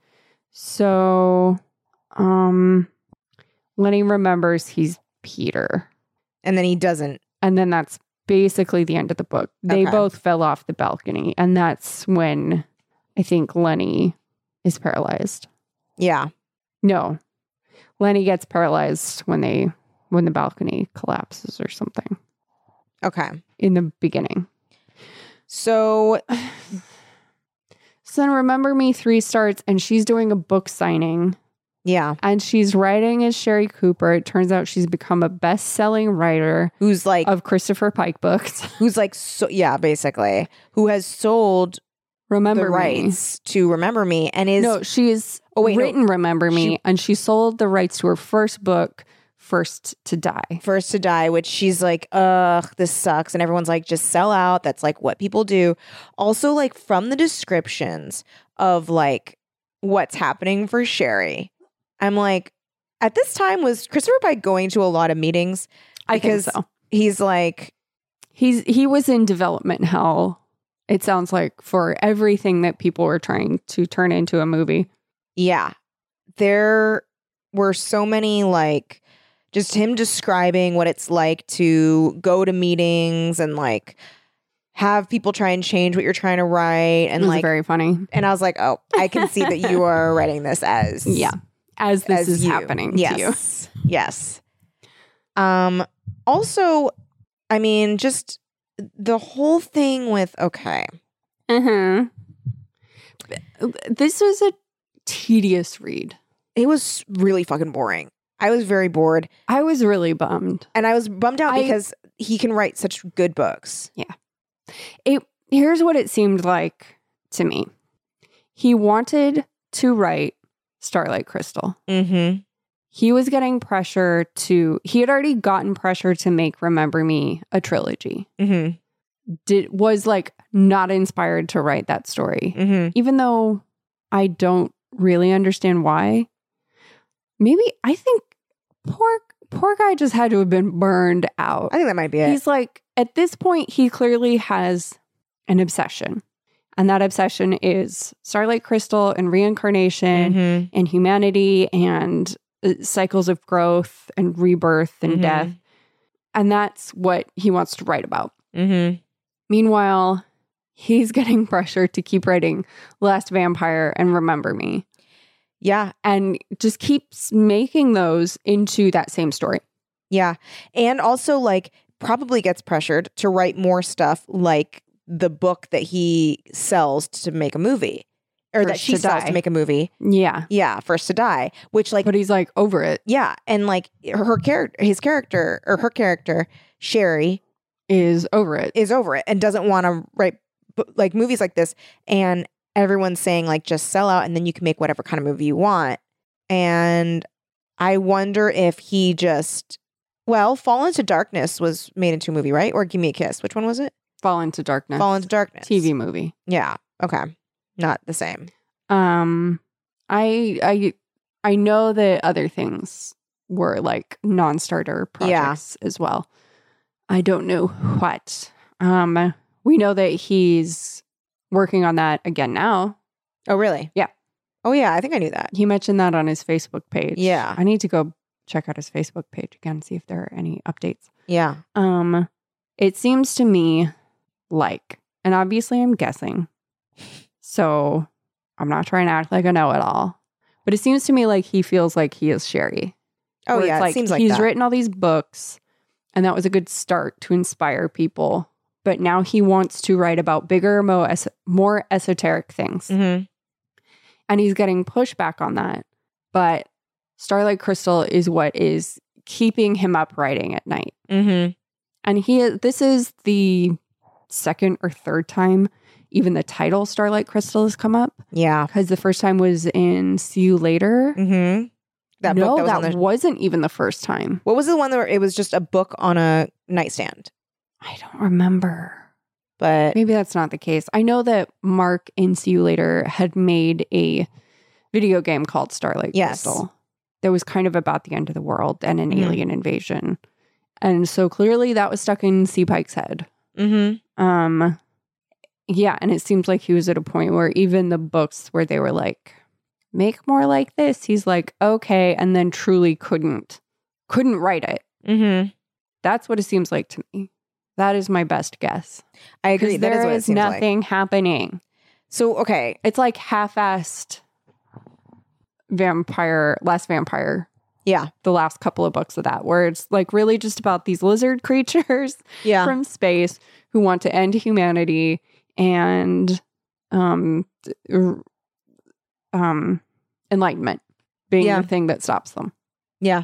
[SPEAKER 3] So um Lenny remembers he's Peter.
[SPEAKER 2] And then he doesn't.
[SPEAKER 3] And then that's basically the end of the book. They
[SPEAKER 2] Okay.
[SPEAKER 3] both fell off the balcony. And that's when I think Lenny is paralyzed.
[SPEAKER 2] Yeah.
[SPEAKER 3] No. Lenny gets paralyzed when they when the balcony collapses or something
[SPEAKER 2] Okay.
[SPEAKER 3] in the beginning.
[SPEAKER 2] So
[SPEAKER 3] So then Remember Me 3 starts and she's doing a book signing
[SPEAKER 2] yeah,
[SPEAKER 3] and she's writing as Sherry Cooper. It turns out she's become a best-selling writer
[SPEAKER 2] who's like
[SPEAKER 3] of Christopher Pike books.
[SPEAKER 2] who's like so yeah, basically. Who has sold
[SPEAKER 3] Remember
[SPEAKER 2] the
[SPEAKER 3] Me.
[SPEAKER 2] rights to remember me and is
[SPEAKER 3] no, she's
[SPEAKER 2] Oh, wait, no.
[SPEAKER 3] written Remember Me
[SPEAKER 2] She-
[SPEAKER 3] and she sold the rights to her first book, First to Die.
[SPEAKER 2] first to die, which she's like, ugh, this sucks. And everyone's like, just sell out. That's like what people do. Also, like from the descriptions of like what's happening for Sherry, I'm like, at this time was Christopher Pike going to a lot of meetings?
[SPEAKER 3] I think
[SPEAKER 2] Because-
[SPEAKER 3] so.
[SPEAKER 2] He's like,
[SPEAKER 3] He's he was in development hell. It sounds like for everything that people were trying to turn into a movie.
[SPEAKER 2] yeah, there were so many like just him describing what it's like to go to meetings and like have people try and change what you're trying to write and
[SPEAKER 3] And it was
[SPEAKER 2] like
[SPEAKER 3] very funny.
[SPEAKER 2] and I was like, "Oh, I can see that you are writing this as
[SPEAKER 3] Yeah. As this
[SPEAKER 2] as
[SPEAKER 3] is
[SPEAKER 2] you.
[SPEAKER 3] happening to you.
[SPEAKER 2] Yes, yes. Um. Also, I mean, just the whole thing with okay,
[SPEAKER 3] Uh-huh. This was a tedious read.
[SPEAKER 2] it was really fucking boring. I was very bored,
[SPEAKER 3] I was really bummed.
[SPEAKER 2] and I was bummed out
[SPEAKER 3] I-
[SPEAKER 2] because he can write such good books.
[SPEAKER 3] It here's what it seemed like to me. He wanted to write Starlight Crystal.
[SPEAKER 2] Mm-hmm.
[SPEAKER 3] He was getting pressure to he had already gotten pressure to make Remember Me a trilogy.
[SPEAKER 2] Mm-hmm.
[SPEAKER 3] Did was like not inspired to write that story.
[SPEAKER 2] Mm-hmm.
[SPEAKER 3] Even though I don't really understand why. Maybe I think poor poor guy just had to have been burned out.
[SPEAKER 2] I think that might be it.
[SPEAKER 3] He's like, at this point, he clearly has an obsession. And that obsession is Starlight Crystal and reincarnation
[SPEAKER 2] Mhm.
[SPEAKER 3] and humanity and uh, cycles of growth and rebirth and
[SPEAKER 2] Mhm.
[SPEAKER 3] death. And that's what he wants to write about.
[SPEAKER 2] Mhm.
[SPEAKER 3] Meanwhile, he's getting pressure to keep writing Last Vampire and Remember Me
[SPEAKER 2] Yeah,
[SPEAKER 3] and just keeps making those into that same story.
[SPEAKER 2] Yeah. And also like probably gets pressured to write more stuff like the book that he sells to make a movie or that
[SPEAKER 3] First
[SPEAKER 2] she
[SPEAKER 3] to
[SPEAKER 2] sells
[SPEAKER 3] Die.
[SPEAKER 2] to make a movie.
[SPEAKER 3] Yeah.
[SPEAKER 2] Yeah, First to Die, which like
[SPEAKER 3] But he's like over it.
[SPEAKER 2] yeah, and like her character his character or her character Sherry
[SPEAKER 3] Is over it.
[SPEAKER 2] is over it and doesn't want to write bu- like movies like this and everyone's saying like just sell out and then you can make whatever kind of movie you want and i wonder if he just well fall into darkness was made into a movie right or give me a kiss which one was it
[SPEAKER 3] Fall into darkness.
[SPEAKER 2] fall into darkness
[SPEAKER 3] TV movie.
[SPEAKER 2] yeah okay not the same
[SPEAKER 3] Um, I I I know that other things were like non-starter
[SPEAKER 2] Yeah.
[SPEAKER 3] projects as well. I don't know what. Um, we know that he's working on that again now.
[SPEAKER 2] Oh, really?
[SPEAKER 3] Yeah.
[SPEAKER 2] Oh, yeah. I think I knew that.
[SPEAKER 3] He mentioned that on his Facebook page.
[SPEAKER 2] Yeah.
[SPEAKER 3] I need to go check out his Facebook page again, see if there are any updates.
[SPEAKER 2] Yeah.
[SPEAKER 3] Um, it seems to me like, and obviously I'm guessing, so I'm not trying to act like I know it all, but it seems to me like he feels like he is Sherry.
[SPEAKER 2] Oh,
[SPEAKER 3] Where it's
[SPEAKER 2] yeah.
[SPEAKER 3] like
[SPEAKER 2] it seems like
[SPEAKER 3] he's
[SPEAKER 2] that.
[SPEAKER 3] written all these books, and that was a good start to inspire people. But now he wants to write about bigger, more, es- more esoteric things,
[SPEAKER 2] Mhm.
[SPEAKER 3] and he's getting pushback on that. But Starlight Crystal is what is keeping him up writing at night
[SPEAKER 2] Mhm.
[SPEAKER 3] and he this is the second or third time even the title starlight crystal has come up
[SPEAKER 2] Yeah.
[SPEAKER 3] because the first time was in see you later
[SPEAKER 2] Mhm. That book
[SPEAKER 3] no
[SPEAKER 2] that was
[SPEAKER 3] that,
[SPEAKER 2] on there.
[SPEAKER 3] wasn't even the first time
[SPEAKER 2] What was the one where it was just a book on a nightstand?
[SPEAKER 3] i don't remember
[SPEAKER 2] But
[SPEAKER 3] maybe that's not the case i know that mark in see you later had made a video game called starlight
[SPEAKER 2] Yes.
[SPEAKER 3] crystal that was kind of about the end of the world and an
[SPEAKER 2] Mhm.
[SPEAKER 3] alien invasion and so clearly that was stuck in sea pike's head
[SPEAKER 2] Mhm.
[SPEAKER 3] Um yeah, and it seems like he was at a point where even the books where they were like make more like this, he's like okay and then truly couldn't couldn't write it.
[SPEAKER 2] Mhm.
[SPEAKER 3] That's what it seems like to me. That is my best guess.
[SPEAKER 2] I agree.
[SPEAKER 3] Because
[SPEAKER 2] That is
[SPEAKER 3] there
[SPEAKER 2] what it
[SPEAKER 3] is
[SPEAKER 2] seems like.
[SPEAKER 3] nothing happening.
[SPEAKER 2] So okay,
[SPEAKER 3] It's like half-assed vampire last vampire
[SPEAKER 2] yeah,
[SPEAKER 3] the last couple of books of that where it's like really just about these lizard creatures
[SPEAKER 2] yeah,
[SPEAKER 3] from space who want to end humanity and um d- r- um enlightenment being
[SPEAKER 2] Yeah.
[SPEAKER 3] the thing that stops them.
[SPEAKER 2] yeah.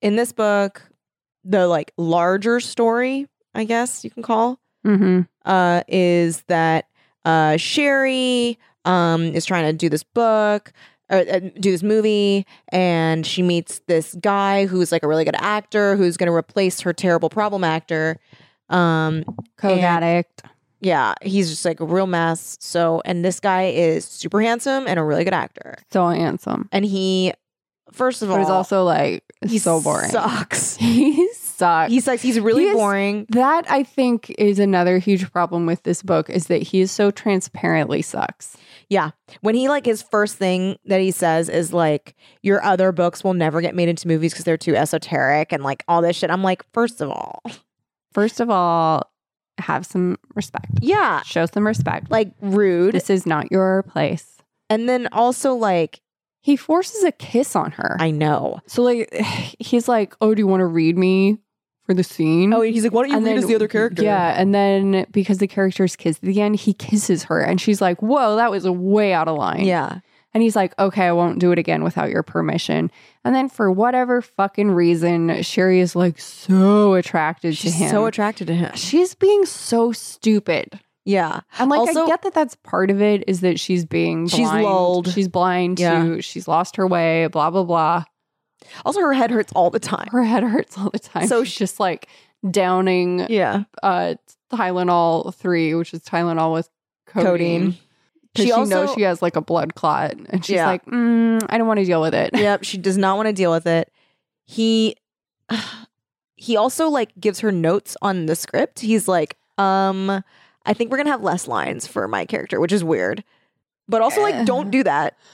[SPEAKER 2] in this book, the like larger story, I guess you can call,
[SPEAKER 3] Mhm.
[SPEAKER 2] uh, is that uh, Sherry um, is trying to do this book, or, uh, do this movie, and she meets this guy who's like a really good actor who's going to replace her terrible problem actor. Um,
[SPEAKER 3] Coke
[SPEAKER 2] And-
[SPEAKER 3] addict.
[SPEAKER 2] yeah, he's just like a real mess. So, and this guy is super handsome and a really good actor.
[SPEAKER 3] So handsome.
[SPEAKER 2] And he, first of all,
[SPEAKER 3] But he's also like
[SPEAKER 2] he
[SPEAKER 3] so boring.
[SPEAKER 2] Sucks.
[SPEAKER 3] He sucks.
[SPEAKER 2] He sucks. He's really
[SPEAKER 3] He is-
[SPEAKER 2] boring.
[SPEAKER 3] that I think is another huge problem with this book is that he is so transparently sucks.
[SPEAKER 2] when he like his first thing that he says is like your other books will never get made into movies because they're too esoteric and like all this shit i'm like first of all
[SPEAKER 3] First of all, have some respect.
[SPEAKER 2] yeah
[SPEAKER 3] Show some respect.
[SPEAKER 2] like rude
[SPEAKER 3] This is not your place.
[SPEAKER 2] and then also like
[SPEAKER 3] He forces a kiss on her.
[SPEAKER 2] i know
[SPEAKER 3] so like he's like, "Oh, do you want to read me for the scene?"
[SPEAKER 2] oh he's like why don't you
[SPEAKER 3] Mm-hmm. And
[SPEAKER 2] read
[SPEAKER 3] then-
[SPEAKER 2] as the other character
[SPEAKER 3] Yeah, and then because the characters kiss at the end, he kisses her, and she's like, "Whoa, that was way out of line."
[SPEAKER 2] yeah
[SPEAKER 3] and he's like, "Okay, I won't do it again without your permission." And then for whatever fucking reason, Sherry is like so attracted
[SPEAKER 2] she's
[SPEAKER 3] to him.
[SPEAKER 2] so attracted to him
[SPEAKER 3] She's being so stupid.
[SPEAKER 2] yeah
[SPEAKER 3] And like,
[SPEAKER 2] Also-
[SPEAKER 3] I get that that's part of it is that she's being
[SPEAKER 2] She's
[SPEAKER 3] blind.
[SPEAKER 2] lulled.
[SPEAKER 3] She's blind
[SPEAKER 2] Yeah.
[SPEAKER 3] to she's lost her way. Blah blah blah.
[SPEAKER 2] Also, her head hurts all the time.
[SPEAKER 3] Her head hurts all the time.
[SPEAKER 2] So
[SPEAKER 3] So she's just like downing
[SPEAKER 2] Yeah.
[SPEAKER 3] uh Tylenol 3, which is Tylenol with codeine.
[SPEAKER 2] Codeine.
[SPEAKER 3] 'Cause
[SPEAKER 2] She
[SPEAKER 3] She, knows
[SPEAKER 2] also-
[SPEAKER 3] she has like a blood clot and she's
[SPEAKER 2] Yeah.
[SPEAKER 3] like, mm, I don't want to deal with it.
[SPEAKER 2] yep. She does not want to deal with it. He he also like gives her notes on the script. He's like, um, I think we're gonna have less lines for my character, which is weird. But also like, don't do that.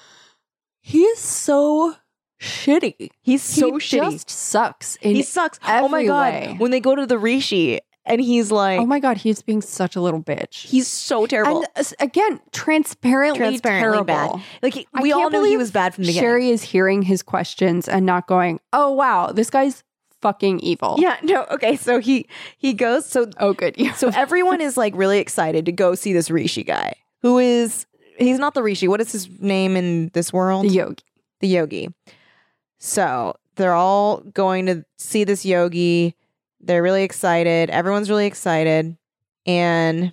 [SPEAKER 3] He is so shitty.
[SPEAKER 2] He's so
[SPEAKER 3] he
[SPEAKER 2] shitty.
[SPEAKER 3] just sucks. in
[SPEAKER 2] he sucks. Oh my
[SPEAKER 3] every
[SPEAKER 2] god.
[SPEAKER 3] way.
[SPEAKER 2] When they go to the Rishi and he's like
[SPEAKER 3] oh my god, he's being such a little bitch.
[SPEAKER 2] he's so terrible.
[SPEAKER 3] and uh, again transparently,
[SPEAKER 2] Transparently
[SPEAKER 3] terrible.
[SPEAKER 2] bad. like he-
[SPEAKER 3] I
[SPEAKER 2] we
[SPEAKER 3] can't
[SPEAKER 2] all knew he
[SPEAKER 3] believe
[SPEAKER 2] was bad from the beginning.
[SPEAKER 3] Sherry is hearing his questions and not going, "Oh wow, this guy's fucking evil."
[SPEAKER 2] Yeah, no, okay. So he he goes so
[SPEAKER 3] Oh good. Yeah.
[SPEAKER 2] so everyone is like really excited to go see this Rishi guy who is he's not the Rishi. What is his name in this world?
[SPEAKER 3] the yogi.
[SPEAKER 2] the yogi. So they're all going to see this yogi. They're really excited. Everyone's really excited. And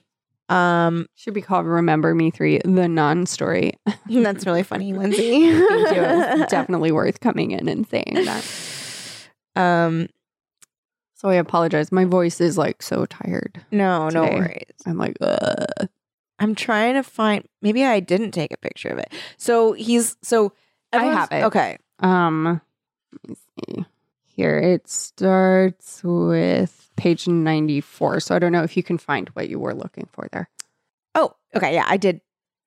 [SPEAKER 2] um
[SPEAKER 3] Should be called Remember Me 3, the non story.
[SPEAKER 2] that's really funny, Lindsay.
[SPEAKER 3] Thank you. It was definitely worth coming in and saying that.
[SPEAKER 2] Um
[SPEAKER 3] So I apologize. My voice is like so tired.
[SPEAKER 2] no, no
[SPEAKER 3] Today.
[SPEAKER 2] worries.
[SPEAKER 3] I'm like, Ugh.
[SPEAKER 2] I'm trying to find maybe I didn't take a picture of it. So he's so
[SPEAKER 3] I have
[SPEAKER 2] everyone's-
[SPEAKER 3] it.
[SPEAKER 2] Okay.
[SPEAKER 3] um, let me see. Here it starts with page 94. So I don't know if you can find what you were looking for there.
[SPEAKER 2] Oh, okay. Yeah, I did.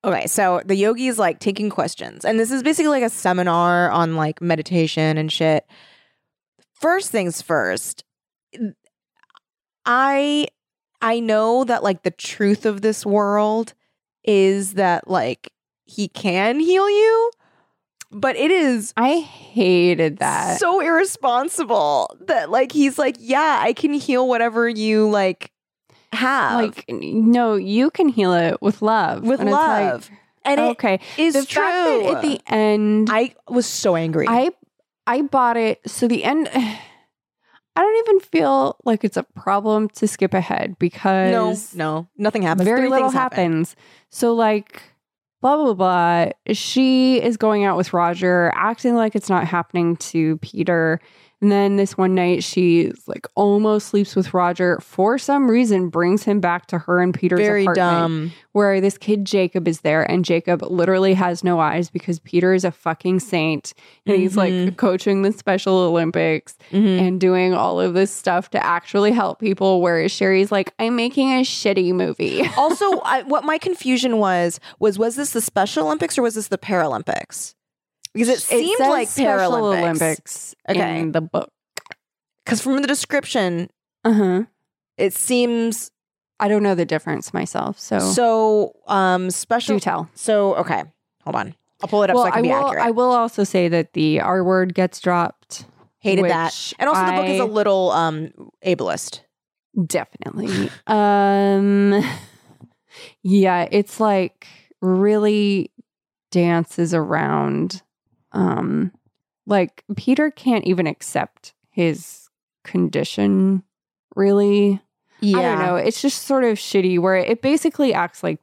[SPEAKER 2] Okay. So the yogi is like taking questions. And this is basically like a seminar on like meditation and shit. First things first, I I know that like the truth of this world is that like he can heal you, but it is
[SPEAKER 3] I hated that.
[SPEAKER 2] so irresponsible that like he's like, yeah, I can heal whatever you like have.
[SPEAKER 3] like, no, you can heal it with love.
[SPEAKER 2] with
[SPEAKER 3] And it's like,
[SPEAKER 2] love. and it
[SPEAKER 3] okay.
[SPEAKER 2] is
[SPEAKER 3] the
[SPEAKER 2] true.
[SPEAKER 3] fact that at the end,
[SPEAKER 2] I was so angry.
[SPEAKER 3] I I bought it. So the end. I don't even feel like it's a problem to skip ahead
[SPEAKER 2] no,
[SPEAKER 3] because
[SPEAKER 2] no, nothing happens.
[SPEAKER 3] very
[SPEAKER 2] Three
[SPEAKER 3] little
[SPEAKER 2] things happen.
[SPEAKER 3] happens. So like blah blah blah. She is going out with Roger, acting like it's not happening to Peter. And then this one night, she's like almost sleeps with Roger for some reason, brings him back to her and Peter's
[SPEAKER 2] Very
[SPEAKER 3] apartment
[SPEAKER 2] dumb.
[SPEAKER 3] where this kid Jacob is there, and Jacob literally has no eyes because Peter is a fucking saint and he's like
[SPEAKER 2] Mhm.
[SPEAKER 3] coaching the Special Olympics
[SPEAKER 2] Mm-hmm.
[SPEAKER 3] and doing all of this stuff to actually help people. Whereas Sherry's like, I'm making a shitty movie.
[SPEAKER 2] also, I, what my confusion was was was this the Special Olympics or was this the Paralympics? Because it, seemed
[SPEAKER 3] says
[SPEAKER 2] like
[SPEAKER 3] Special
[SPEAKER 2] Paralympics.
[SPEAKER 3] Olympics
[SPEAKER 2] Okay.
[SPEAKER 3] in the book.
[SPEAKER 2] Because from the description,
[SPEAKER 3] Uh huh.
[SPEAKER 2] it seems
[SPEAKER 3] I don't know the difference myself, so,
[SPEAKER 2] so. Um,
[SPEAKER 3] do
[SPEAKER 2] special.
[SPEAKER 3] tell.
[SPEAKER 2] So okay, hold on. I'll pull it up so I can
[SPEAKER 3] I
[SPEAKER 2] be
[SPEAKER 3] will.
[SPEAKER 2] accurate.
[SPEAKER 3] I will also say that the R word gets dropped.
[SPEAKER 2] Hated
[SPEAKER 3] which
[SPEAKER 2] that. And also, the book is
[SPEAKER 3] I-
[SPEAKER 2] a little um ableist.
[SPEAKER 3] Definitely. um yeah, it's like really dances around um like Peter can't even accept his condition really. I don't know. It's just sort of shitty where it basically acts like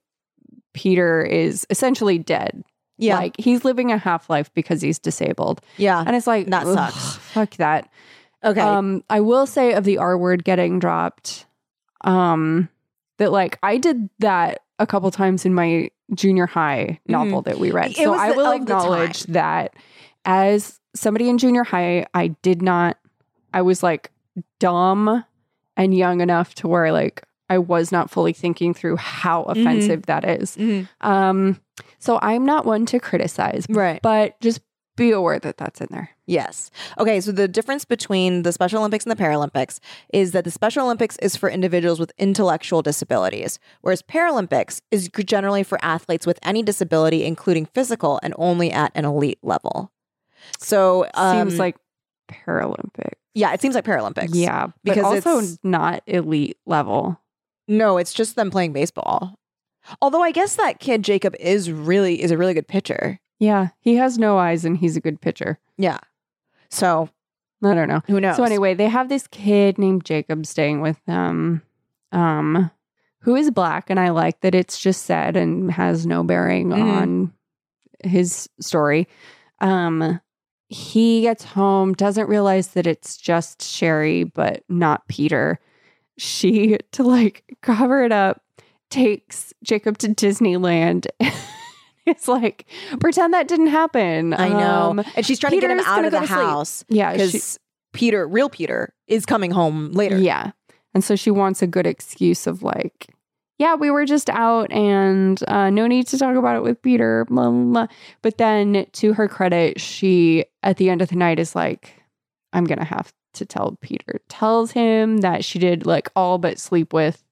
[SPEAKER 3] Peter is essentially dead.
[SPEAKER 2] Yeah.
[SPEAKER 3] Like he's living a half life because he's disabled.
[SPEAKER 2] yeah.
[SPEAKER 3] And it's like
[SPEAKER 2] That
[SPEAKER 3] ugh,
[SPEAKER 2] sucks.
[SPEAKER 3] Fuck that.
[SPEAKER 2] Okay.
[SPEAKER 3] Um, I will say of the R word getting dropped, um, that like I did that a couple times in my junior high novel that we read.
[SPEAKER 2] Mm-hmm. It
[SPEAKER 3] so
[SPEAKER 2] was
[SPEAKER 3] I
[SPEAKER 2] the-
[SPEAKER 3] will
[SPEAKER 2] of the
[SPEAKER 3] acknowledge that as somebody in junior high, I did not. I was like dumb and young enough to where like I was not fully thinking through how
[SPEAKER 2] Mm-hmm.
[SPEAKER 3] offensive that is.
[SPEAKER 2] Mhm.
[SPEAKER 3] Um, so I'm not one to criticize,
[SPEAKER 2] right.
[SPEAKER 3] but just be aware that that's in there.
[SPEAKER 2] Yes. Okay, so the difference between the Special Olympics and the Paralympics is that the Special Olympics is for individuals with intellectual disabilities, whereas Paralympics is g- generally for athletes with any disability, including physical, and only at an elite level. So, um,
[SPEAKER 3] Seems like Paralympic.
[SPEAKER 2] yeah, it seems like Paralympics.
[SPEAKER 3] Yeah, because
[SPEAKER 2] because
[SPEAKER 3] also
[SPEAKER 2] it's-
[SPEAKER 3] not elite level.
[SPEAKER 2] No, it's just them playing baseball. Although I guess that kid Jacob is really is a really good pitcher.
[SPEAKER 3] Yeah, he has no eyes and he's a good pitcher.
[SPEAKER 2] Yeah. So
[SPEAKER 3] I don't know.
[SPEAKER 2] who knows?
[SPEAKER 3] So anyway, they have this kid named Jacob staying with them, um, who is black, and I like that it's just said
[SPEAKER 2] Mm-hmm.
[SPEAKER 3] and has no bearing
[SPEAKER 2] Mhm.
[SPEAKER 3] on his story. Um, he gets home, doesn't realize that it's just Sherry, but not Peter. She, to like cover it up, takes Jacob to Disneyland. it's like, pretend that didn't happen.
[SPEAKER 2] I know.
[SPEAKER 3] Um,
[SPEAKER 2] and she's trying to get him
[SPEAKER 3] Peter's
[SPEAKER 2] out
[SPEAKER 3] gonna
[SPEAKER 2] of
[SPEAKER 3] go
[SPEAKER 2] the
[SPEAKER 3] to sleep.
[SPEAKER 2] house
[SPEAKER 3] yeah. she-
[SPEAKER 2] because Peter, real Peter, is coming home later.
[SPEAKER 3] Yeah. And so she wants a good excuse of like, yeah, we were just out and uh, no need to talk about it with Peter. Blah, blah, blah. But then to her credit, she at the end of the night is like, I'm going to have to tell Peter. Tells him that she did like all but sleep with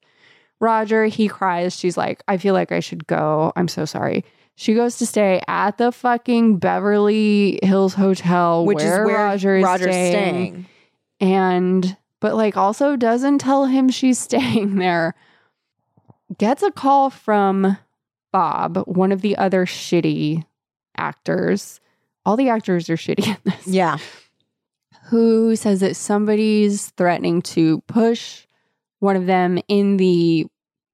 [SPEAKER 3] Roger. He cries. She's like, I feel like I should go. I'm so sorry. She goes to stay at the fucking Beverly Hills Hotel,
[SPEAKER 2] Which is
[SPEAKER 3] where
[SPEAKER 2] where
[SPEAKER 3] Roger is
[SPEAKER 2] Roger's
[SPEAKER 3] staying
[SPEAKER 2] staying.
[SPEAKER 3] and but like also doesn't tell him she's staying there. Gets a call from Bob, one of the other shitty actors. All the actors are shitty in this.
[SPEAKER 2] Yeah.
[SPEAKER 3] Who says that somebody's threatening to push one of them in the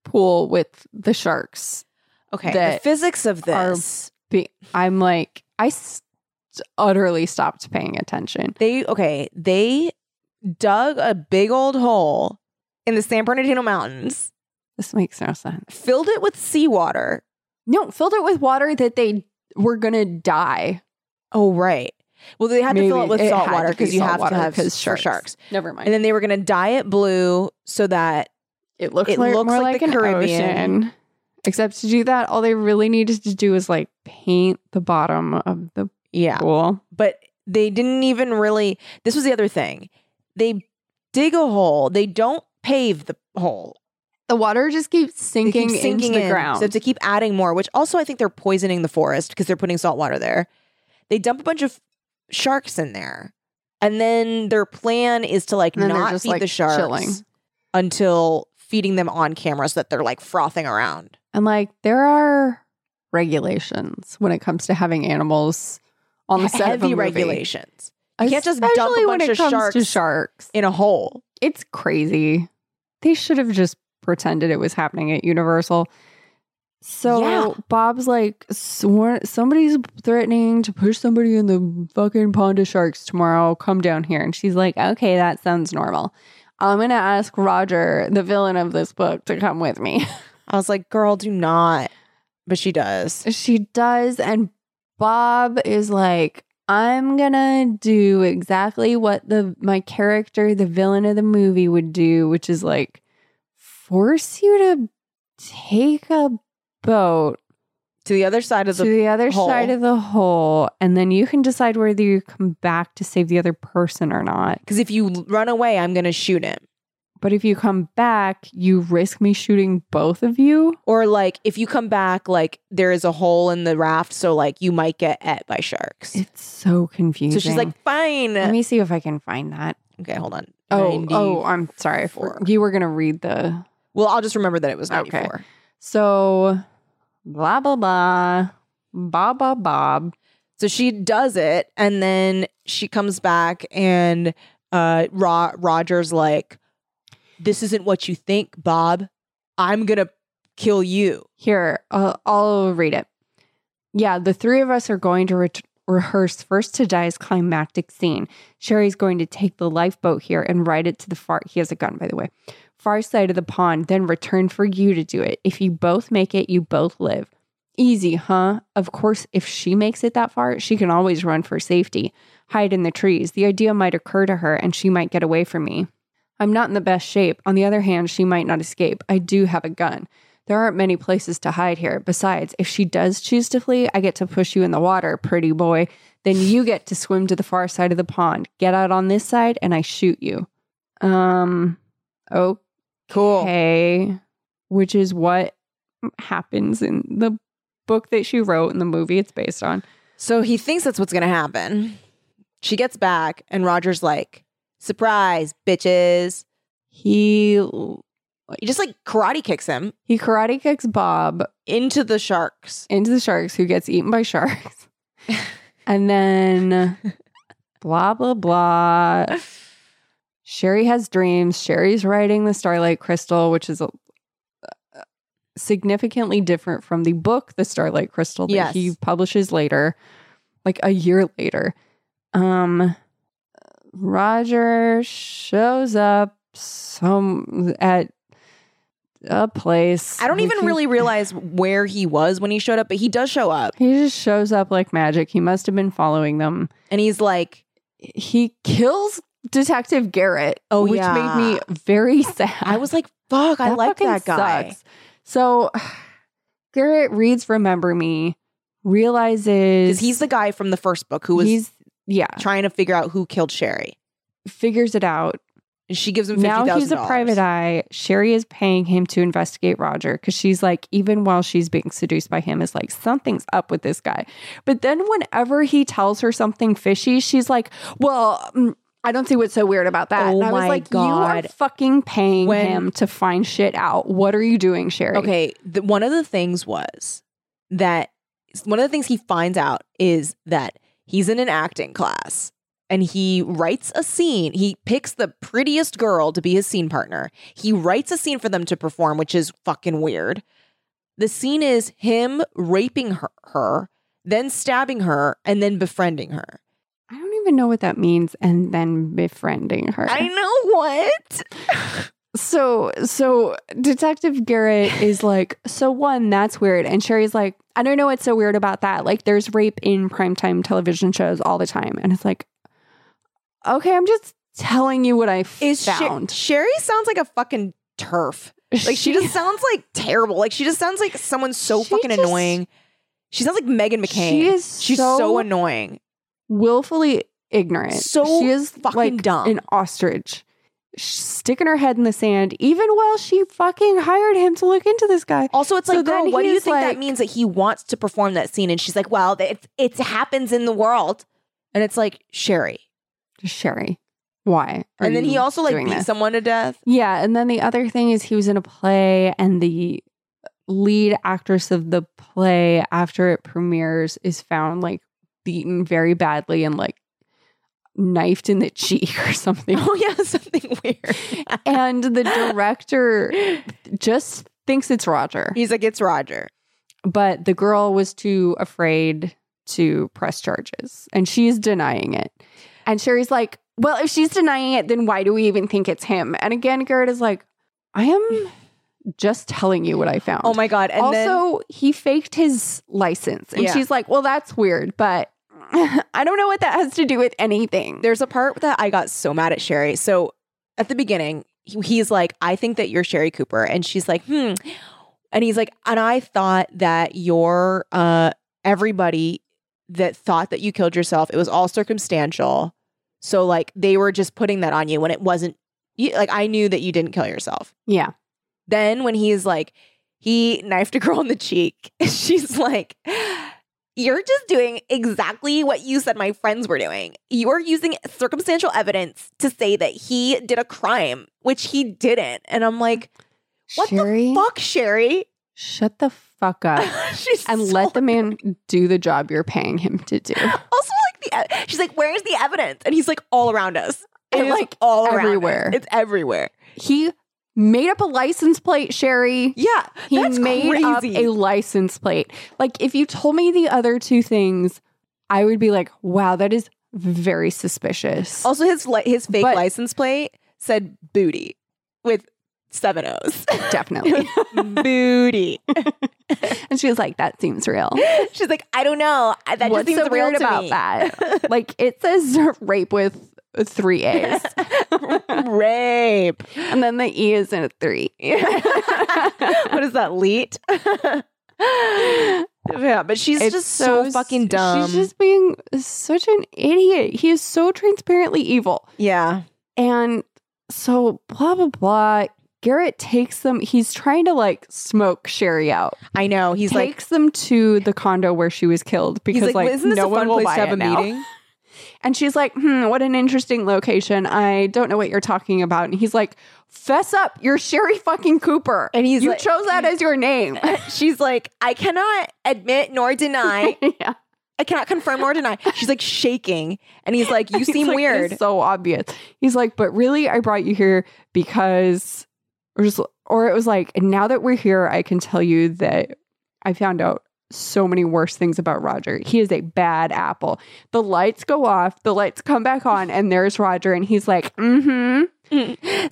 [SPEAKER 3] pool with the sharks.
[SPEAKER 2] Okay. The
[SPEAKER 3] That
[SPEAKER 2] physics of
[SPEAKER 3] are-
[SPEAKER 2] this.
[SPEAKER 3] Be- I'm like, I s- utterly stopped paying attention.
[SPEAKER 2] They okay, they dug a big old hole in the San Bernardino Mountains,
[SPEAKER 3] This makes no sense.
[SPEAKER 2] filled it with seawater.
[SPEAKER 3] No, filled it with water that they were gonna die.
[SPEAKER 2] Oh, right. Well, they had to fill
[SPEAKER 3] Maybe
[SPEAKER 2] it with
[SPEAKER 3] it
[SPEAKER 2] salt
[SPEAKER 3] had
[SPEAKER 2] water
[SPEAKER 3] to be
[SPEAKER 2] because you
[SPEAKER 3] salt
[SPEAKER 2] have
[SPEAKER 3] water
[SPEAKER 2] to have
[SPEAKER 3] 'cause
[SPEAKER 2] s- for
[SPEAKER 3] sharks.
[SPEAKER 2] sharks.
[SPEAKER 3] Never
[SPEAKER 2] And then they were going to dye it blue so that
[SPEAKER 3] it looks,
[SPEAKER 2] it
[SPEAKER 3] like,
[SPEAKER 2] looks
[SPEAKER 3] more
[SPEAKER 2] like
[SPEAKER 3] like,
[SPEAKER 2] the
[SPEAKER 3] an
[SPEAKER 2] Caribbean.
[SPEAKER 3] ocean. Except to do that, all they really needed to do was like paint the bottom of the
[SPEAKER 2] yeah,
[SPEAKER 3] pool.
[SPEAKER 2] but they didn't even really. This was the other thing. They dig a hole. They don't pave the hole.
[SPEAKER 3] The water just keeps
[SPEAKER 2] They keep
[SPEAKER 3] sinking, into the
[SPEAKER 2] in,
[SPEAKER 3] ground.
[SPEAKER 2] So they have to keep adding more, which also I think they're poisoning the forest because they're putting salt water there. They dump a bunch of sharks in there, and then their plan is to like
[SPEAKER 3] And then they're
[SPEAKER 2] not
[SPEAKER 3] just,
[SPEAKER 2] feed
[SPEAKER 3] like,
[SPEAKER 2] the sharks
[SPEAKER 3] chilling.
[SPEAKER 2] until feeding them on camera so that they're like frothing around.
[SPEAKER 3] and like there are regulations when it comes to having animals on the
[SPEAKER 2] He-
[SPEAKER 3] set
[SPEAKER 2] heavy
[SPEAKER 3] of a movie.
[SPEAKER 2] regulations You can't just dump a
[SPEAKER 3] Especially
[SPEAKER 2] bunch
[SPEAKER 3] when it
[SPEAKER 2] of
[SPEAKER 3] comes to
[SPEAKER 2] sharks
[SPEAKER 3] sharks.
[SPEAKER 2] in a hole.
[SPEAKER 3] It's crazy. They should have just pretended it was happening at Universal. So
[SPEAKER 2] Yeah.
[SPEAKER 3] Bob's like, "Sworn- somebody's threatening to push somebody in the fucking pond of sharks tomorrow. Come down here. And she's like, okay, that sounds normal. I'm going to ask Roger, the villain of this book, to come with me.
[SPEAKER 2] I was like, girl, do not. But she does.
[SPEAKER 3] She does. And Bob is like, I'm gonna do exactly what the my character, the villain of the movie, would do, which is like force you to take a boat
[SPEAKER 2] To the other side of
[SPEAKER 3] to
[SPEAKER 2] the
[SPEAKER 3] the other
[SPEAKER 2] hole.
[SPEAKER 3] side of the hole, and then you can decide whether you come back to save the other person or not.
[SPEAKER 2] because if you l- run away, I'm gonna shoot him.
[SPEAKER 3] But if you come back, you risk me shooting both of you.
[SPEAKER 2] Or like if you come back, like there is a hole in the raft, so like you might get et by sharks.
[SPEAKER 3] It's so confusing.
[SPEAKER 2] So she's like, fine.
[SPEAKER 3] let me see if I can find that.
[SPEAKER 2] okay, hold on.
[SPEAKER 3] Oh,
[SPEAKER 2] 90
[SPEAKER 3] oh, I'm sorry. I for-
[SPEAKER 2] four.
[SPEAKER 3] You were gonna read the
[SPEAKER 2] well, I'll just remember that it was
[SPEAKER 3] Okay.
[SPEAKER 2] 94.
[SPEAKER 3] so blah blah blah blah blah bob.
[SPEAKER 2] So she does it, and then she comes back, and uh, Ro- Roger's like, "This isn't what you think, Bob. I'm gonna kill you."
[SPEAKER 3] Here, I'll, I'll read it. Yeah, the three of us are going to ret- rehearse first to die's climactic scene. Sherry's going to take the lifeboat here and ride it to the far. He has a gun, by the way. Far side of the pond, then return for you to do it. If you both make it, you both live. Easy, huh? Of course, if she makes it that far, she can always run for safety, hide in the trees. The idea might occur to her and she might get away from me. I'm not in the best shape. On the other hand, she might not escape. I do have a gun. There aren't many places to hide here. Besides, if she does choose to flee, I get to push you in the water, pretty boy. Then you get to swim to the far side of the pond. Get out on this side and I shoot you. Um
[SPEAKER 2] Cool.
[SPEAKER 3] okay, which is what happens in the book that she wrote and the movie it's based on.
[SPEAKER 2] So he thinks that's what's gonna happen. She gets back, and Roger's like, "Surprise, bitches!"
[SPEAKER 3] He
[SPEAKER 2] He just like karate kicks him
[SPEAKER 3] he karate kicks Bob
[SPEAKER 2] into the sharks.
[SPEAKER 3] into the sharks who gets eaten by sharks. and then blah blah blah. Sherry has dreams. Sherry's writing the Starlight Crystal, which is a, uh, significantly different from the book, The Starlight Crystal, that
[SPEAKER 2] Yes.
[SPEAKER 3] he publishes later, like a year later. um Roger shows up some at a place.
[SPEAKER 2] I don't
[SPEAKER 3] We
[SPEAKER 2] even
[SPEAKER 3] can-
[SPEAKER 2] really realize where he was when he showed up, but he does show up
[SPEAKER 3] He just shows up like magic. He must have been following them.
[SPEAKER 2] and he's like,
[SPEAKER 3] He kills Detective Garrett.
[SPEAKER 2] Oh,
[SPEAKER 3] which
[SPEAKER 2] yeah.
[SPEAKER 3] made me very sad.
[SPEAKER 2] I was like, fuck, I like
[SPEAKER 3] fucking
[SPEAKER 2] that guy.
[SPEAKER 3] sucks. So Garrett reads "Remember Me," realizes
[SPEAKER 2] Because he's the guy from the first book who was
[SPEAKER 3] he's yeah
[SPEAKER 2] trying to figure out who killed Sherry.
[SPEAKER 3] figures it out.
[SPEAKER 2] And she gives him $50,000.
[SPEAKER 3] now he's a private eye. Sherry is paying him to investigate Roger because she's like, even while she's being seduced by him, is like, something's up with this guy. But then whenever he tells her something fishy, she's like, well, mm, I don't see what's so weird about that.
[SPEAKER 2] Oh
[SPEAKER 3] and I was
[SPEAKER 2] my
[SPEAKER 3] like, you are
[SPEAKER 2] God.
[SPEAKER 3] fucking paying
[SPEAKER 2] When-
[SPEAKER 3] him to find shit out. What are you doing, Sherry?
[SPEAKER 2] Okay. The, one of the things was that one of the things he finds out is that he's in an acting class and he writes a scene. He picks the prettiest girl to be his scene partner. He writes a scene for them to perform, which is fucking weird. The scene is him raping her, her then stabbing her, and then befriending her.
[SPEAKER 3] I don't even know what that means. And then befriending her.
[SPEAKER 2] I know what.
[SPEAKER 3] So, so Detective Garrett is like, so one, that's weird. And Sherry's like, I don't know what's so weird about that. Like, there's rape in primetime television shows all the time. And it's like, okay, I'm just telling you what I
[SPEAKER 2] Is Sher-
[SPEAKER 3] found.
[SPEAKER 2] Sherry sounds like a fucking turf. Like she just sounds like terrible. Like she just sounds like someone so
[SPEAKER 3] She
[SPEAKER 2] fucking
[SPEAKER 3] just-
[SPEAKER 2] annoying. She sounds like Megan McCain.
[SPEAKER 3] She is
[SPEAKER 2] She's so,
[SPEAKER 3] so
[SPEAKER 2] annoying.
[SPEAKER 3] willfully ignorant.
[SPEAKER 2] So
[SPEAKER 3] she is
[SPEAKER 2] fucking
[SPEAKER 3] like
[SPEAKER 2] dumb.
[SPEAKER 3] an ostrich. She's Sticking her head in the sand, even while she fucking hired him to look into this guy.
[SPEAKER 2] Also, it's
[SPEAKER 3] So
[SPEAKER 2] like, girl,
[SPEAKER 3] then
[SPEAKER 2] what do you
[SPEAKER 3] he's
[SPEAKER 2] think
[SPEAKER 3] like-
[SPEAKER 2] that means that he wants to perform that scene? And she's like, well, it it happens in the world. And it's like Sherry.
[SPEAKER 3] Sherry, why? are
[SPEAKER 2] And then he
[SPEAKER 3] you
[SPEAKER 2] also like
[SPEAKER 3] doing
[SPEAKER 2] beat
[SPEAKER 3] this?
[SPEAKER 2] someone to death.
[SPEAKER 3] Yeah, and then the other thing is he was in a play, and the lead actress of the play after it premieres is found like beaten very badly and like knifed in the cheek or something.
[SPEAKER 2] Oh yeah, something weird.
[SPEAKER 3] and the director just thinks it's Roger,
[SPEAKER 2] he's like, it's Roger.
[SPEAKER 3] but the girl was too afraid to press charges, and she's denying it. And Sherry's like, "Well, if she's denying it, then why do we even think it's him?" And again, Garrett is like, "I am." Just telling you what I found.
[SPEAKER 2] Oh my god. And then
[SPEAKER 3] also, he faked his license. And
[SPEAKER 2] Yeah.
[SPEAKER 3] she's like, well, that's weird, but I don't know what that has to do with anything.
[SPEAKER 2] there's a part that I got so mad at Sherry. So at the beginning, he- he's like, I think that you're Sherry Cooper. And she's like, hmm. And he's like, and I thought that you're uh, everybody that thought that you killed yourself, it was all circumstantial. So like they were just putting that on you when it wasn't you, like I knew that you didn't kill yourself.
[SPEAKER 3] yeah.
[SPEAKER 2] Then when he's like, he knifed a girl in the cheek, she's like, You're just doing exactly what you said my friends were doing. You're using circumstantial evidence to say that he did a crime, which he didn't. And I'm like, What
[SPEAKER 3] Sherry,
[SPEAKER 2] the fuck, Sherry?
[SPEAKER 3] Shut the fuck up
[SPEAKER 2] she's
[SPEAKER 3] and
[SPEAKER 2] so-
[SPEAKER 3] let the man do the job you're paying him to do.
[SPEAKER 2] also like the e-, she's like, Where's the evidence? And he's like all around us.
[SPEAKER 3] It
[SPEAKER 2] And
[SPEAKER 3] is
[SPEAKER 2] like all around us.
[SPEAKER 3] everywhere.
[SPEAKER 2] It's everywhere.
[SPEAKER 3] He made up a license plate, Sherry.
[SPEAKER 2] Yeah.
[SPEAKER 3] He
[SPEAKER 2] that's
[SPEAKER 3] made
[SPEAKER 2] crazy.
[SPEAKER 3] up a license plate. Like, if you told me the other two things, I would be like, wow, that is very suspicious.
[SPEAKER 2] Also, his li- his fake
[SPEAKER 3] But-
[SPEAKER 2] license plate said booty with seven O's.
[SPEAKER 3] Definitely.
[SPEAKER 2] booty.
[SPEAKER 3] and she was like, that seems real.
[SPEAKER 2] She's like, I don't know. I- That
[SPEAKER 3] What's
[SPEAKER 2] just seems
[SPEAKER 3] so
[SPEAKER 2] real
[SPEAKER 3] weird
[SPEAKER 2] to
[SPEAKER 3] about
[SPEAKER 2] me.
[SPEAKER 3] that? like it says rape with three A's,
[SPEAKER 2] Rape.
[SPEAKER 3] and then the E is in a three.
[SPEAKER 2] what is that? Leet. yeah, but she's
[SPEAKER 3] It's
[SPEAKER 2] just so, fucking dumb.
[SPEAKER 3] She's just being such an idiot. He is so transparently evil.
[SPEAKER 2] yeah.
[SPEAKER 3] And so blah blah blah. Garrett takes them. He's trying to like smoke Sherry out.
[SPEAKER 2] I know. He's
[SPEAKER 3] He
[SPEAKER 2] like,
[SPEAKER 3] takes them to the condo where she was killed because
[SPEAKER 2] he's like,
[SPEAKER 3] like,
[SPEAKER 2] isn't this
[SPEAKER 3] no
[SPEAKER 2] a
[SPEAKER 3] one
[SPEAKER 2] fun
[SPEAKER 3] will
[SPEAKER 2] place
[SPEAKER 3] buy
[SPEAKER 2] to have
[SPEAKER 3] it
[SPEAKER 2] a
[SPEAKER 3] now.
[SPEAKER 2] meeting?
[SPEAKER 3] And she's like, hmm, what an interesting location. I don't know what you're talking about. And he's like, fess up, you're Sherry fucking Cooper.
[SPEAKER 2] And he's
[SPEAKER 3] you
[SPEAKER 2] like-
[SPEAKER 3] chose that as your name.
[SPEAKER 2] She's like, I cannot admit nor deny.
[SPEAKER 3] yeah.
[SPEAKER 2] I cannot confirm nor deny. She's like shaking, and he's like, "You
[SPEAKER 3] He's
[SPEAKER 2] seem
[SPEAKER 3] like,
[SPEAKER 2] weird."
[SPEAKER 3] "It's so obvious. He's like, but really, I brought you here because, or, just, or it was like, now that we're here, I can tell you that I found out so many worse things about Roger. He is a bad apple. The lights go off, the lights come back on, and there's Roger, and he's like, mm hmm.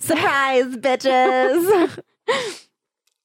[SPEAKER 4] Surprise, bitches.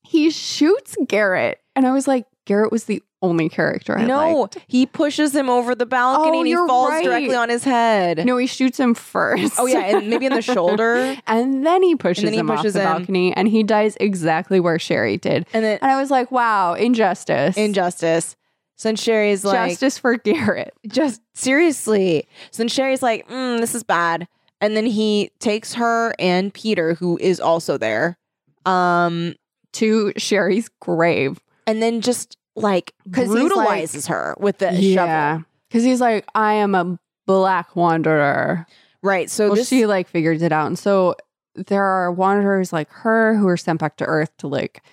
[SPEAKER 3] he shoots Garrett. And I was like, Garrett was the only character I
[SPEAKER 2] no,
[SPEAKER 3] liked.
[SPEAKER 2] he pushes him over the balcony
[SPEAKER 3] Oh,
[SPEAKER 2] and he
[SPEAKER 3] you're
[SPEAKER 2] falls
[SPEAKER 3] right.
[SPEAKER 2] directly on his head.
[SPEAKER 3] No, he shoots him first.
[SPEAKER 2] Oh yeah, and maybe in the shoulder.
[SPEAKER 3] And then he pushes
[SPEAKER 2] then he
[SPEAKER 3] him
[SPEAKER 2] pushes
[SPEAKER 3] off the
[SPEAKER 2] him.
[SPEAKER 3] balcony and he dies exactly where Sherry did.
[SPEAKER 2] And then
[SPEAKER 3] And I was like, wow, injustice.
[SPEAKER 2] injustice. So then Sherry's like
[SPEAKER 3] Justice for Garrett.
[SPEAKER 2] just seriously. So then Sherry's like, mm, this is bad. And then he takes her and Peter, who is also there, um,
[SPEAKER 3] To Sherry's grave.
[SPEAKER 2] and then just like
[SPEAKER 3] 'Cause he's like-
[SPEAKER 2] brutalizes her with the shovel.
[SPEAKER 3] Because he's like, I am a black wanderer.
[SPEAKER 2] Right. So
[SPEAKER 3] well,
[SPEAKER 2] this
[SPEAKER 3] she like figures it out. And so there are wanderers like her who are sent back to Earth to like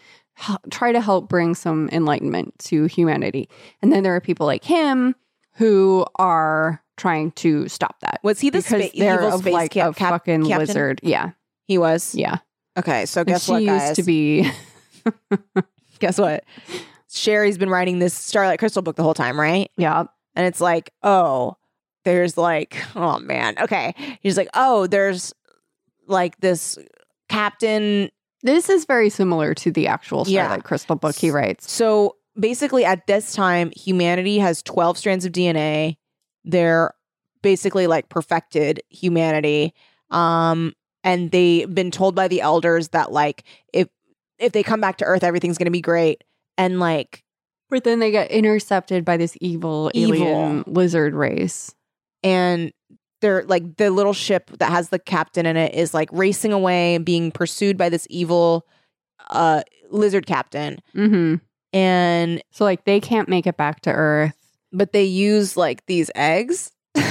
[SPEAKER 3] h- try to help bring some enlightenment to humanity. And then there are people like him who are trying to stop that.
[SPEAKER 2] was he the
[SPEAKER 3] because
[SPEAKER 2] spa-
[SPEAKER 3] they're
[SPEAKER 2] evil
[SPEAKER 3] of
[SPEAKER 2] space
[SPEAKER 3] like
[SPEAKER 2] cap-
[SPEAKER 3] a
[SPEAKER 2] cap-
[SPEAKER 3] fucking
[SPEAKER 2] captain?
[SPEAKER 3] lizard. Yeah.
[SPEAKER 2] He was.
[SPEAKER 3] Yeah.
[SPEAKER 2] Okay. So
[SPEAKER 3] And
[SPEAKER 2] guess
[SPEAKER 3] she
[SPEAKER 2] what, guys?
[SPEAKER 3] used to be
[SPEAKER 2] guess what? Sherry's been writing this Starlight Crystal book the whole time, right?
[SPEAKER 3] Yeah.
[SPEAKER 2] And it's like, oh, there's like, oh man, okay. He's like, oh, there's like this captain.
[SPEAKER 3] This is very similar to the actual
[SPEAKER 2] Yeah.
[SPEAKER 3] Starlight Crystal book he writes.
[SPEAKER 2] So basically, at this time, humanity has 12 strands of DNA. They're basically like perfected humanity. Um, and they've been told by the elders that like if if they come back to Earth, everything's gonna be great. And like
[SPEAKER 3] But then they get intercepted by this evil, alien lizard race.
[SPEAKER 2] and they're like the little ship that has the captain in it is like racing away and being pursued by this evil uh lizard captain
[SPEAKER 3] Mm-hmm.
[SPEAKER 2] and
[SPEAKER 3] So like they can't make it back to Earth.
[SPEAKER 2] but they use like these eggs so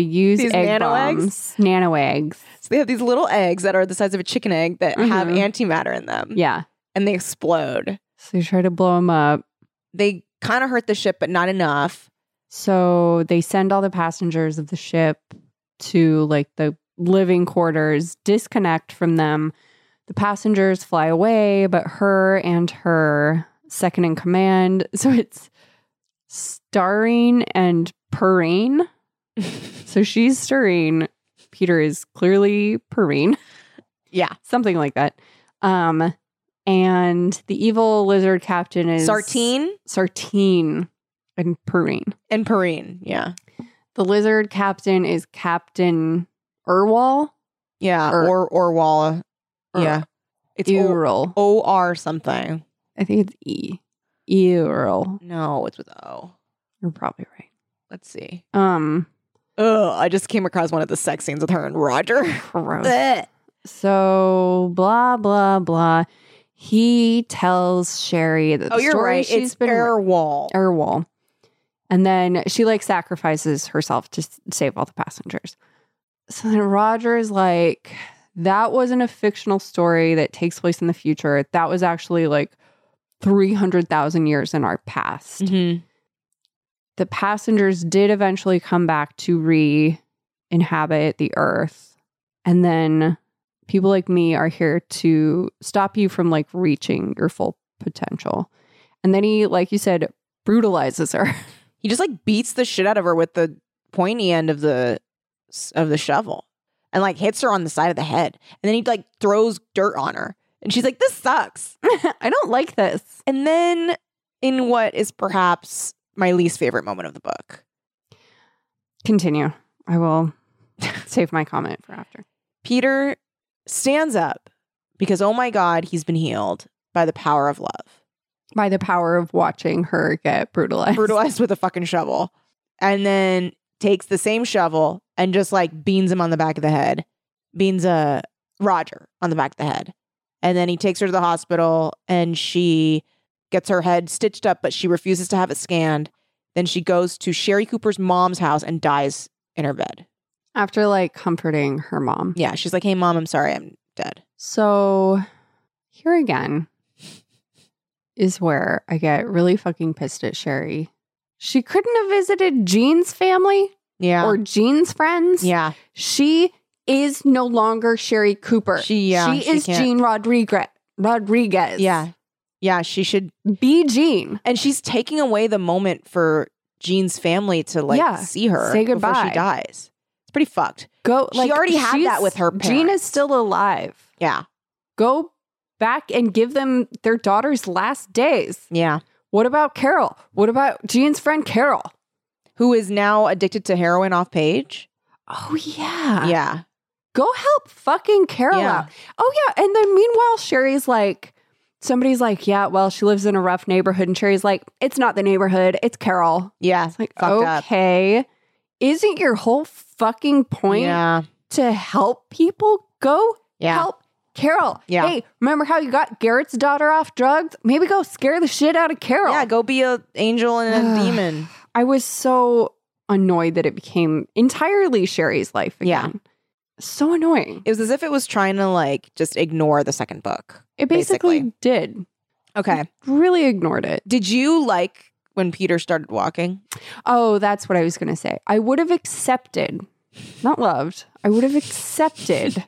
[SPEAKER 3] They use
[SPEAKER 2] These
[SPEAKER 3] egg
[SPEAKER 2] nano eggs?
[SPEAKER 3] bombs, nano eggs.
[SPEAKER 2] they have these little eggs that are the size of a chicken egg that have
[SPEAKER 3] Mhm.
[SPEAKER 2] antimatter in them
[SPEAKER 3] Yeah.
[SPEAKER 2] and they explode
[SPEAKER 3] So they try to blow them up.
[SPEAKER 2] they kind of hurt the ship but not enough
[SPEAKER 3] So they send all the passengers of the ship to like the living quarters, disconnect from them. The passengers fly away, but her and her second in command. So it's starring and purring. so she's stirring. Peter is clearly purring.
[SPEAKER 2] Yeah.
[SPEAKER 3] Something like that. Um, and the evil lizard captain is
[SPEAKER 2] sartine
[SPEAKER 3] Sartine and purring.
[SPEAKER 2] and perrine yeah
[SPEAKER 3] The lizard captain is Captain Erwal.
[SPEAKER 2] yeah
[SPEAKER 3] Or-
[SPEAKER 2] or or walla
[SPEAKER 3] Or-
[SPEAKER 2] yeah it's O-
[SPEAKER 3] Erl.
[SPEAKER 2] or something
[SPEAKER 3] I think it's E. Erl.
[SPEAKER 2] no it's with o
[SPEAKER 3] You're probably right.
[SPEAKER 2] let's see
[SPEAKER 3] Um,
[SPEAKER 2] Oh, I just came across one of the sex scenes with her and Roger.
[SPEAKER 3] gross.
[SPEAKER 2] Blech.
[SPEAKER 3] so blah blah blah. He tells Sherry that
[SPEAKER 2] oh,
[SPEAKER 3] the
[SPEAKER 2] you're
[SPEAKER 3] story
[SPEAKER 2] right.
[SPEAKER 3] she's
[SPEAKER 2] It's
[SPEAKER 3] been
[SPEAKER 2] air wall.
[SPEAKER 3] Erwal, and then she like sacrifices herself to s- save all the passengers. So then Roger is like, "That wasn't a fictional story that takes place in the future. That was actually like three hundred thousand years in our past."
[SPEAKER 2] Mm-hmm.
[SPEAKER 3] the passengers did eventually come back to re inhabit the earth. And then people like me are here to stop you from like reaching your full potential. And then he, like you said, brutalizes her.
[SPEAKER 2] He just like beats the shit out of her with the pointy end of the of the shovel, and like hits her on the side of the head, and then he like throws dirt on her, and she's like, "This sucks."
[SPEAKER 3] I don't like this.
[SPEAKER 2] And then, in what is perhaps my least favorite moment of the book,
[SPEAKER 3] Continue. I will save my comment for after.
[SPEAKER 2] Peter stands up because oh my god, he's been healed by the power of love.
[SPEAKER 3] By the power of watching her get brutalized.
[SPEAKER 2] brutalized with a fucking shovel and then takes the same shovel and just like beans him on the back of the head beans uh, roger on the back of the head and then he takes her to the hospital and she gets her head stitched up but she refuses to have it scanned then she goes to sherry cooper's mom's house and dies in her bed
[SPEAKER 3] After like comforting her mom.
[SPEAKER 2] yeah she's like hey mom i'm sorry i'm dead
[SPEAKER 3] So here again is where I get really fucking pissed at Sherry. She couldn't have visited Jean's family
[SPEAKER 2] yeah
[SPEAKER 3] or Jean's friends.
[SPEAKER 2] yeah
[SPEAKER 3] She is no longer Sherry Cooper.
[SPEAKER 2] She- yeah,
[SPEAKER 3] she,
[SPEAKER 2] she
[SPEAKER 3] is
[SPEAKER 2] can't.
[SPEAKER 3] Jean Rodriguez. Rodriguez.
[SPEAKER 2] yeah Yeah, she should.
[SPEAKER 3] Be Jean.
[SPEAKER 2] And she's taking away the moment for Jean's family to like
[SPEAKER 3] Yeah.
[SPEAKER 2] see her
[SPEAKER 3] Say
[SPEAKER 2] before
[SPEAKER 3] goodbye.
[SPEAKER 2] she dies. It's pretty fucked.
[SPEAKER 3] Go.
[SPEAKER 2] She
[SPEAKER 3] like,
[SPEAKER 2] already had
[SPEAKER 3] she's-
[SPEAKER 2] that with her
[SPEAKER 3] Jean
[SPEAKER 2] parents.
[SPEAKER 3] is still alive.
[SPEAKER 2] Yeah.
[SPEAKER 3] Go back and give them their daughter's last days.
[SPEAKER 2] Yeah.
[SPEAKER 3] What about Carol? What about Jean's friend Carol?
[SPEAKER 2] Who is now addicted to heroin off page?
[SPEAKER 3] Oh yeah.
[SPEAKER 2] yeah.
[SPEAKER 3] Go help fucking Carol
[SPEAKER 2] Yeah.
[SPEAKER 3] out. Oh yeah. And then meanwhile, Sherry's like, somebody's like, yeah, well, she lives in a rough neighborhood, and Sherry's like, it's not the neighborhood, it's Carol.
[SPEAKER 2] Yeah.
[SPEAKER 3] It's like,
[SPEAKER 2] Fucked up.
[SPEAKER 3] okay, isn't your whole fucking point
[SPEAKER 2] Yeah.
[SPEAKER 3] to help people? Go
[SPEAKER 2] Yeah.
[SPEAKER 3] help Carol.
[SPEAKER 2] Yeah.
[SPEAKER 3] Hey, remember how you got Garrett's daughter off drugs? Maybe go scare the shit out of Carol.
[SPEAKER 2] Yeah. Go be a angel and a demon.
[SPEAKER 3] I was so annoyed that it became entirely Sherry's life
[SPEAKER 2] Yeah.
[SPEAKER 3] again. So annoying.
[SPEAKER 2] It was as if it was trying to like just ignore the second book.
[SPEAKER 3] It basically,
[SPEAKER 2] Basically.
[SPEAKER 3] did.
[SPEAKER 2] Okay.
[SPEAKER 3] Really ignored it.
[SPEAKER 2] Did you like when Peter started walking?
[SPEAKER 3] Oh, that's what I was going to say. I would have accepted, not loved, I would have accepted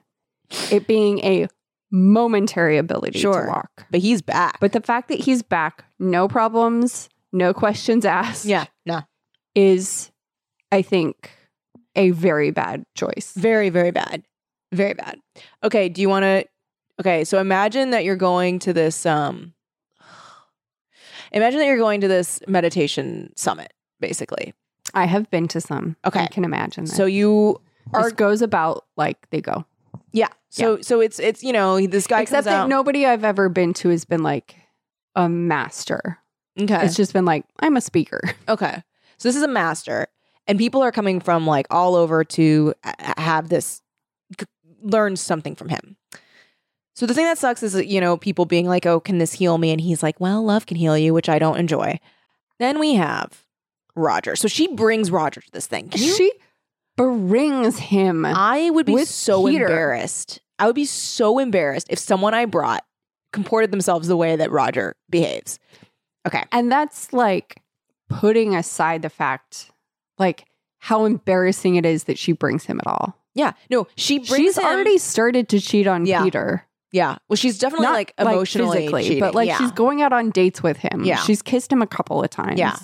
[SPEAKER 3] it being a momentary ability
[SPEAKER 2] Sure.
[SPEAKER 3] to walk.
[SPEAKER 2] But he's back.
[SPEAKER 3] But the fact that he's back, no problems, no questions asked,
[SPEAKER 2] yeah, no.
[SPEAKER 3] is, I think, a very bad choice.
[SPEAKER 2] Very, very bad. Very bad. Okay, do you want to Okay, so imagine that you're going to this um Imagine that you're going to this meditation summit basically.
[SPEAKER 3] I have been to some.
[SPEAKER 2] Okay.
[SPEAKER 3] I can imagine that.
[SPEAKER 2] So you
[SPEAKER 3] This
[SPEAKER 2] are
[SPEAKER 3] goes about like they go.
[SPEAKER 2] yeah. So so it's it's you know, this guy comes
[SPEAKER 3] Except that
[SPEAKER 2] out.
[SPEAKER 3] nobody I've ever been to has been like a master.
[SPEAKER 2] okay.
[SPEAKER 3] It's just been like, I'm a speaker.
[SPEAKER 2] Okay. So this is a master, and people are coming from like all over to uh, have this c- learn something from him. So the thing that sucks is you know people being like, "Oh, can this heal me?" And he's like, "Well, love can heal you," which I don't enjoy. Then we have Roger. So she brings Roger to this thing. Can you- Uh.
[SPEAKER 3] She brings him.
[SPEAKER 2] I would be
[SPEAKER 3] with
[SPEAKER 2] so
[SPEAKER 3] Peter.
[SPEAKER 2] embarrassed. I would be so embarrassed if someone I brought comported themselves the way that Roger behaves. Okay.
[SPEAKER 3] and that's like putting aside the fact, like how embarrassing it is that she brings him at all.
[SPEAKER 2] Yeah. No, she brings
[SPEAKER 3] She's
[SPEAKER 2] him-
[SPEAKER 3] already started to cheat on
[SPEAKER 2] Yeah.
[SPEAKER 3] Peter.
[SPEAKER 2] Yeah. Well, she's definitely like emotionally
[SPEAKER 3] physically,
[SPEAKER 2] cheating.
[SPEAKER 3] but like
[SPEAKER 2] yeah.
[SPEAKER 3] she's going out on dates with him.
[SPEAKER 2] Yeah.
[SPEAKER 3] She's kissed him a couple of times.
[SPEAKER 2] Yeah.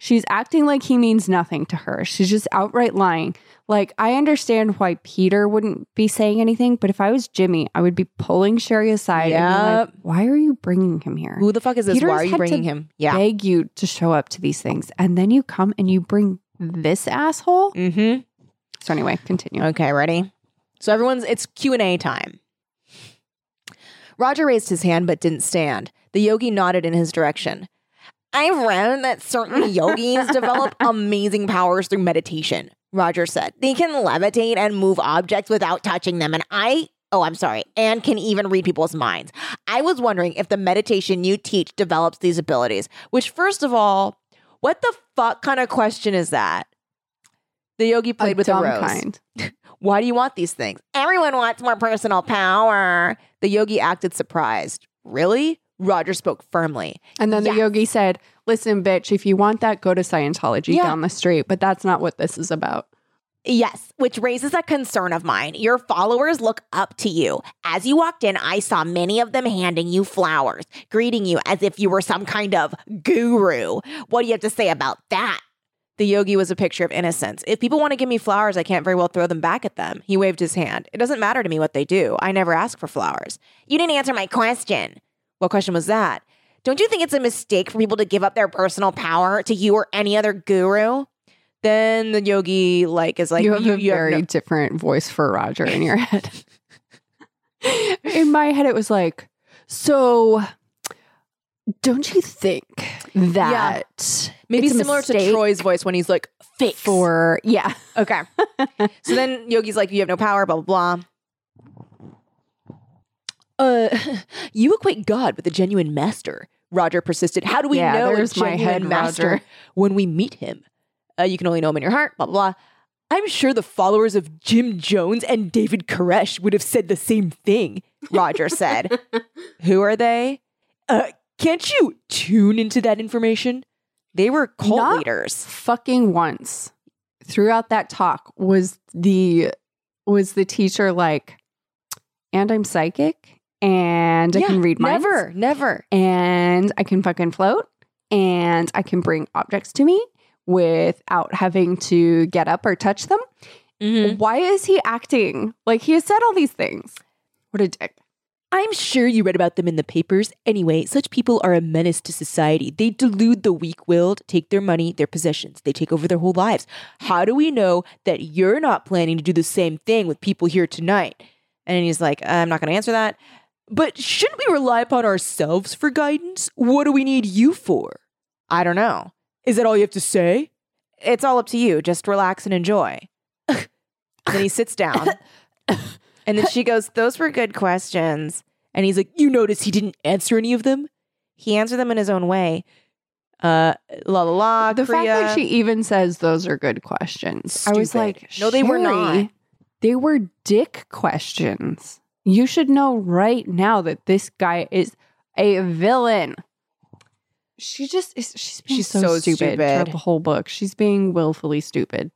[SPEAKER 3] She's acting like he means nothing to her. She's just outright lying. Like, I understand why Peter wouldn't be saying anything, but if I was Jimmy, I would be pulling Sherry aside and be like, why are you bringing him here?
[SPEAKER 2] who the fuck is this?
[SPEAKER 3] Peter's
[SPEAKER 2] Why are you
[SPEAKER 3] had to
[SPEAKER 2] bringing him? Yeah.
[SPEAKER 3] Beg you to show up to these things. And then you come and you bring this asshole.
[SPEAKER 2] Mm-hmm.
[SPEAKER 3] So, anyway, continue.
[SPEAKER 2] Okay. Ready. So everyone's it's Q and A time. Roger raised his hand but didn't stand. The yogi nodded in his direction. I've read that certain yogis develop amazing powers through meditation. Roger said they can levitate and move objects without touching them, and I. Oh, I'm sorry. And can even read people's minds. I was wondering if the meditation you teach develops these abilities, which, first of all, what the fuck kind of question is that? The yogi played
[SPEAKER 3] A
[SPEAKER 2] with a
[SPEAKER 3] dumb
[SPEAKER 2] rose.
[SPEAKER 3] kind.
[SPEAKER 2] Why do you want these things? Everyone wants more personal power. The yogi acted surprised. Really? Roger spoke firmly.
[SPEAKER 3] And then
[SPEAKER 2] Yes.
[SPEAKER 3] the yogi said, Listen, bitch, if you want that, go to Scientology
[SPEAKER 2] Yeah.
[SPEAKER 3] down the street. But that's not what this is about.
[SPEAKER 4] Yes, which raises a concern of mine. Your followers look up to you. As you walked in, I saw many of them handing you flowers, greeting you as if you were some kind of guru. What do you have to say about that?
[SPEAKER 2] The yogi was a picture of innocence. If people want to give me flowers, I can't very well throw them back at them. He waved his hand. It doesn't matter to me what they do. I never ask for flowers.
[SPEAKER 4] You didn't answer my question.
[SPEAKER 2] What question was that?
[SPEAKER 4] Don't you think it's a mistake for people to give up their personal power to you or any other guru?
[SPEAKER 2] Then the yogi like is like
[SPEAKER 3] you have a
[SPEAKER 2] you
[SPEAKER 3] very
[SPEAKER 2] no-
[SPEAKER 3] different voice for Roger in your head. in my head, it was like, So don't you think that
[SPEAKER 2] maybe
[SPEAKER 3] it's a
[SPEAKER 2] similar to
[SPEAKER 3] mistake
[SPEAKER 2] Troy's voice when he's like fix
[SPEAKER 3] for, yeah.
[SPEAKER 2] Okay. so then Yogi's like, you have no power, blah, blah, blah. Uh, you equate God with a genuine master. Roger persisted. How do we
[SPEAKER 3] Yeah,
[SPEAKER 2] know
[SPEAKER 3] there's
[SPEAKER 2] a
[SPEAKER 3] my
[SPEAKER 2] genuine
[SPEAKER 3] head,
[SPEAKER 2] master
[SPEAKER 3] Roger.
[SPEAKER 2] when we meet him? Uh, you can only know him in your heart, blah, blah, blah. I'm sure the followers of Jim Jones and David Koresh would have said the same thing, Roger said. Who are they? Uh, can't you tune into that information? They were cult
[SPEAKER 3] Not-
[SPEAKER 2] leaders.
[SPEAKER 3] fucking once throughout that talk was the was the teacher like and i'm psychic and I can read minds.
[SPEAKER 5] Never, never.
[SPEAKER 3] And I can fucking float and I can bring objects to me without having to get up or touch them. Why is he acting like he has said all these things? What a dick.
[SPEAKER 5] I'm sure you read about them in the papers. Anyway, such people are a menace to society. They delude the weak willed, take their money, their possessions. They take over their whole lives. How do we know that you're not planning to do the same thing with people here tonight? And he's like, I'm not going to answer that. But shouldn't we rely upon ourselves for guidance? What do we need you for? I don't know. Is that all you have to say?
[SPEAKER 2] It's all up to you. Just relax and enjoy. then he sits down. and then she goes, Those were good questions.
[SPEAKER 5] And he's like, You notice he didn't answer any of them?
[SPEAKER 2] He answered them in his own way. Uh, la la la.
[SPEAKER 3] the fact
[SPEAKER 2] Korea.
[SPEAKER 3] that she even says those are good questions. I was
[SPEAKER 2] Stupid.
[SPEAKER 3] like,
[SPEAKER 2] No, they were
[SPEAKER 3] "Sherry,
[SPEAKER 2] not."
[SPEAKER 3] They were dick questions. You should know right now that this guy is a villain. She just is. She's being
[SPEAKER 2] She's
[SPEAKER 3] so,
[SPEAKER 2] so
[SPEAKER 3] stupid, throughout
[SPEAKER 2] stupid.
[SPEAKER 3] the whole book. She's being willfully stupid.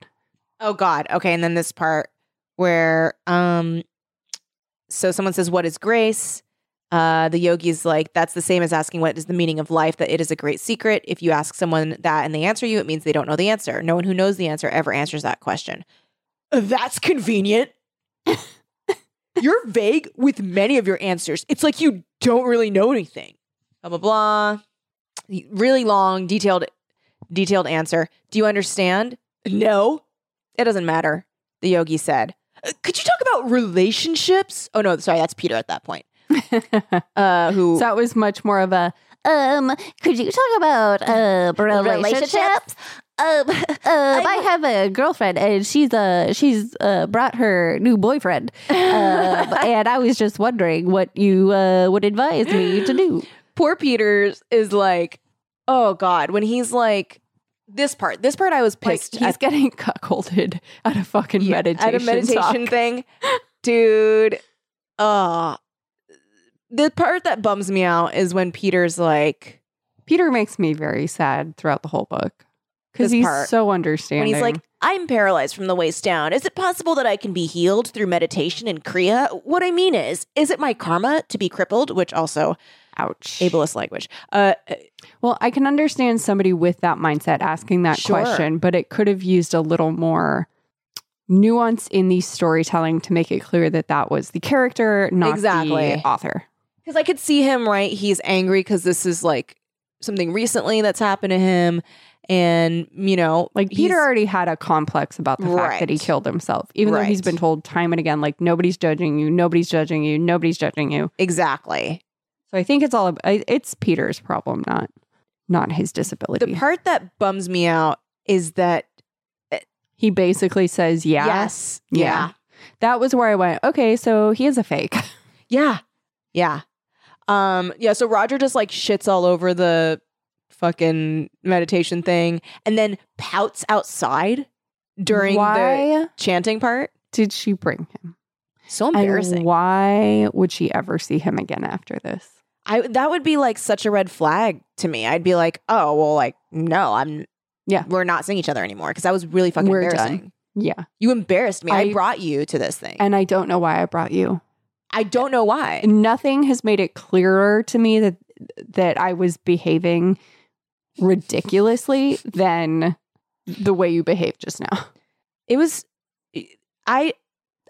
[SPEAKER 2] Oh God. Okay, and then this part where um so someone says, What is grace? Uh the yogi's like, that's the same as asking what is the meaning of life, that it is a great secret. If you ask someone that and they answer you, it means they don't know the answer. No one who knows the answer ever answers that question.
[SPEAKER 5] Uh, That's convenient. You're vague with many of your answers. It's like you don't really know anything.
[SPEAKER 2] Blah blah blah. Really long, detailed detailed answer. Do you understand?
[SPEAKER 5] No.
[SPEAKER 2] It doesn't matter, the yogi said.
[SPEAKER 5] Uh, Could you talk about relationships?
[SPEAKER 2] Oh no, sorry, that's Peter at that point.
[SPEAKER 3] so
[SPEAKER 2] Uh who
[SPEAKER 3] that was much more of a
[SPEAKER 6] Um, could you talk about uh relationships? Um, uh, I have a girlfriend, and she's uh she's uh brought her new boyfriend, um,
[SPEAKER 2] Uh,
[SPEAKER 6] and I was just wondering what you uh would advise me to do.
[SPEAKER 2] poor Peters is like, oh God, when he's like this part, this part I was
[SPEAKER 3] like
[SPEAKER 2] pissed
[SPEAKER 3] he's
[SPEAKER 2] at
[SPEAKER 3] getting cuckolded at a fucking
[SPEAKER 2] Yeah,
[SPEAKER 3] meditation
[SPEAKER 2] at a meditation
[SPEAKER 3] talk.
[SPEAKER 2] thing. Dude. Uh the part that bums me out is when Peter's like
[SPEAKER 3] Peter makes me very sad throughout the whole book because
[SPEAKER 2] This
[SPEAKER 3] he's
[SPEAKER 2] part.
[SPEAKER 3] so understanding.
[SPEAKER 2] when he's like, I'm paralyzed from the waist down. Is it possible that I can be healed through meditation and Kriya? What I mean is, is it my karma to be crippled? Which also
[SPEAKER 3] "Ouch,
[SPEAKER 2] ableist language. Uh
[SPEAKER 3] Well, I can understand somebody with that mindset asking that
[SPEAKER 2] Sure.
[SPEAKER 3] question, but it could have used a little more nuance in the storytelling to make it clear that that was the character, not
[SPEAKER 2] Exactly.
[SPEAKER 3] the author.
[SPEAKER 2] because I could see him right. He's angry because this is like something recently that's happened to him, and you know,
[SPEAKER 3] Like
[SPEAKER 2] he's-
[SPEAKER 3] Peter already had a complex about the fact that he
[SPEAKER 2] Right.
[SPEAKER 3] killed himself, even though he's
[SPEAKER 2] Right.
[SPEAKER 3] been told time and again, like nobody's judging you, nobody's judging you, nobody's judging you.
[SPEAKER 2] exactly.
[SPEAKER 3] So I think it's all ab- I- it's Peter's problem, not not his disability.
[SPEAKER 2] The part that bums me out is that
[SPEAKER 3] he basically says, "Yeah,
[SPEAKER 2] yes,
[SPEAKER 3] yeah." That was where I went. Okay, so he is a fake.
[SPEAKER 2] yeah, yeah, yeah. Um, yeah. So Roger just like shits all over the fucking meditation thing, and then pouts outside during the
[SPEAKER 3] why
[SPEAKER 2] chanting part.
[SPEAKER 3] did she bring him?
[SPEAKER 2] So
[SPEAKER 3] And
[SPEAKER 2] embarrassing.
[SPEAKER 3] why would she ever see him again after this?
[SPEAKER 2] I that would be like such a red flag to me. I'd be like, oh well, like no, I'm
[SPEAKER 3] Yeah.
[SPEAKER 2] we're not seeing each other anymore because that was really fucking
[SPEAKER 3] We're
[SPEAKER 2] embarrassing.
[SPEAKER 3] done. Yeah,
[SPEAKER 2] You embarrassed me. I,
[SPEAKER 3] I-
[SPEAKER 2] brought you to this thing, and
[SPEAKER 3] and I don't know why I brought you.
[SPEAKER 2] I don't know why.
[SPEAKER 3] Nothing has made it clearer to me that that I was behaving ridiculously than the way you behaved just now.
[SPEAKER 2] It was, eh, I,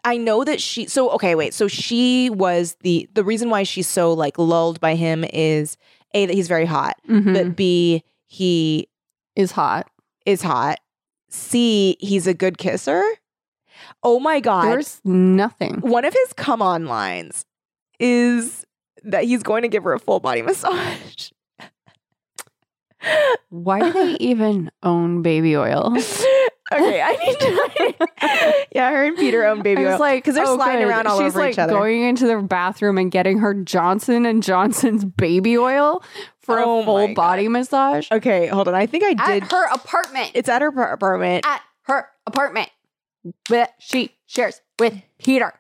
[SPEAKER 2] I know that she. So okay, wait. So she was the the reason why she's so like lulled by him is a that he's very hot,
[SPEAKER 3] Mhm.
[SPEAKER 2] but b he
[SPEAKER 3] Is hot.
[SPEAKER 2] is hot, c he's a good kisser. Oh my god,
[SPEAKER 3] There's nothing.
[SPEAKER 2] one of his come on lines is that he's going to give her a full body massage.
[SPEAKER 3] Why do they even own baby oil?
[SPEAKER 2] okay, I need to. yeah, her and Peter own baby
[SPEAKER 3] I was
[SPEAKER 2] oil
[SPEAKER 3] like,
[SPEAKER 2] because they're
[SPEAKER 3] oh,
[SPEAKER 2] sliding
[SPEAKER 3] good.
[SPEAKER 2] around all
[SPEAKER 3] She's
[SPEAKER 2] over
[SPEAKER 3] like
[SPEAKER 2] each other.
[SPEAKER 3] Going into the bathroom and getting her Johnson and Johnson's baby oil for
[SPEAKER 2] Oh
[SPEAKER 3] a
[SPEAKER 2] my
[SPEAKER 3] full
[SPEAKER 2] God.
[SPEAKER 3] body massage
[SPEAKER 2] okay, hold on. I think I did.
[SPEAKER 3] at her apartment.
[SPEAKER 2] it's at her par- apartment.
[SPEAKER 3] at her apartment that she shares with Peter.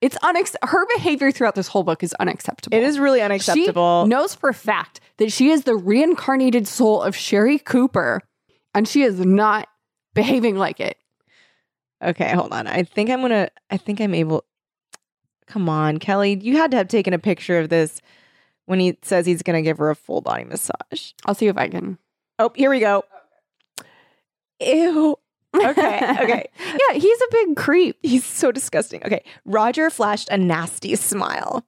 [SPEAKER 3] It's unex. Her behavior throughout this whole book is unacceptable.
[SPEAKER 2] it is really unacceptable.
[SPEAKER 3] She knows for a fact that she is the reincarnated soul of Sherry Cooper, and she is not behaving like it.
[SPEAKER 2] Okay, hold on. I think I'm gonna. I think I'm able. Come on, Kelly. You had to have taken a picture of this when he says he's going to give her a full body massage.
[SPEAKER 3] I'll see if I can.
[SPEAKER 2] Oh, here we go. Ew. Okay. Okay.
[SPEAKER 3] yeah, he's a big creep.
[SPEAKER 2] He's so disgusting. Okay. Roger flashed a nasty smile.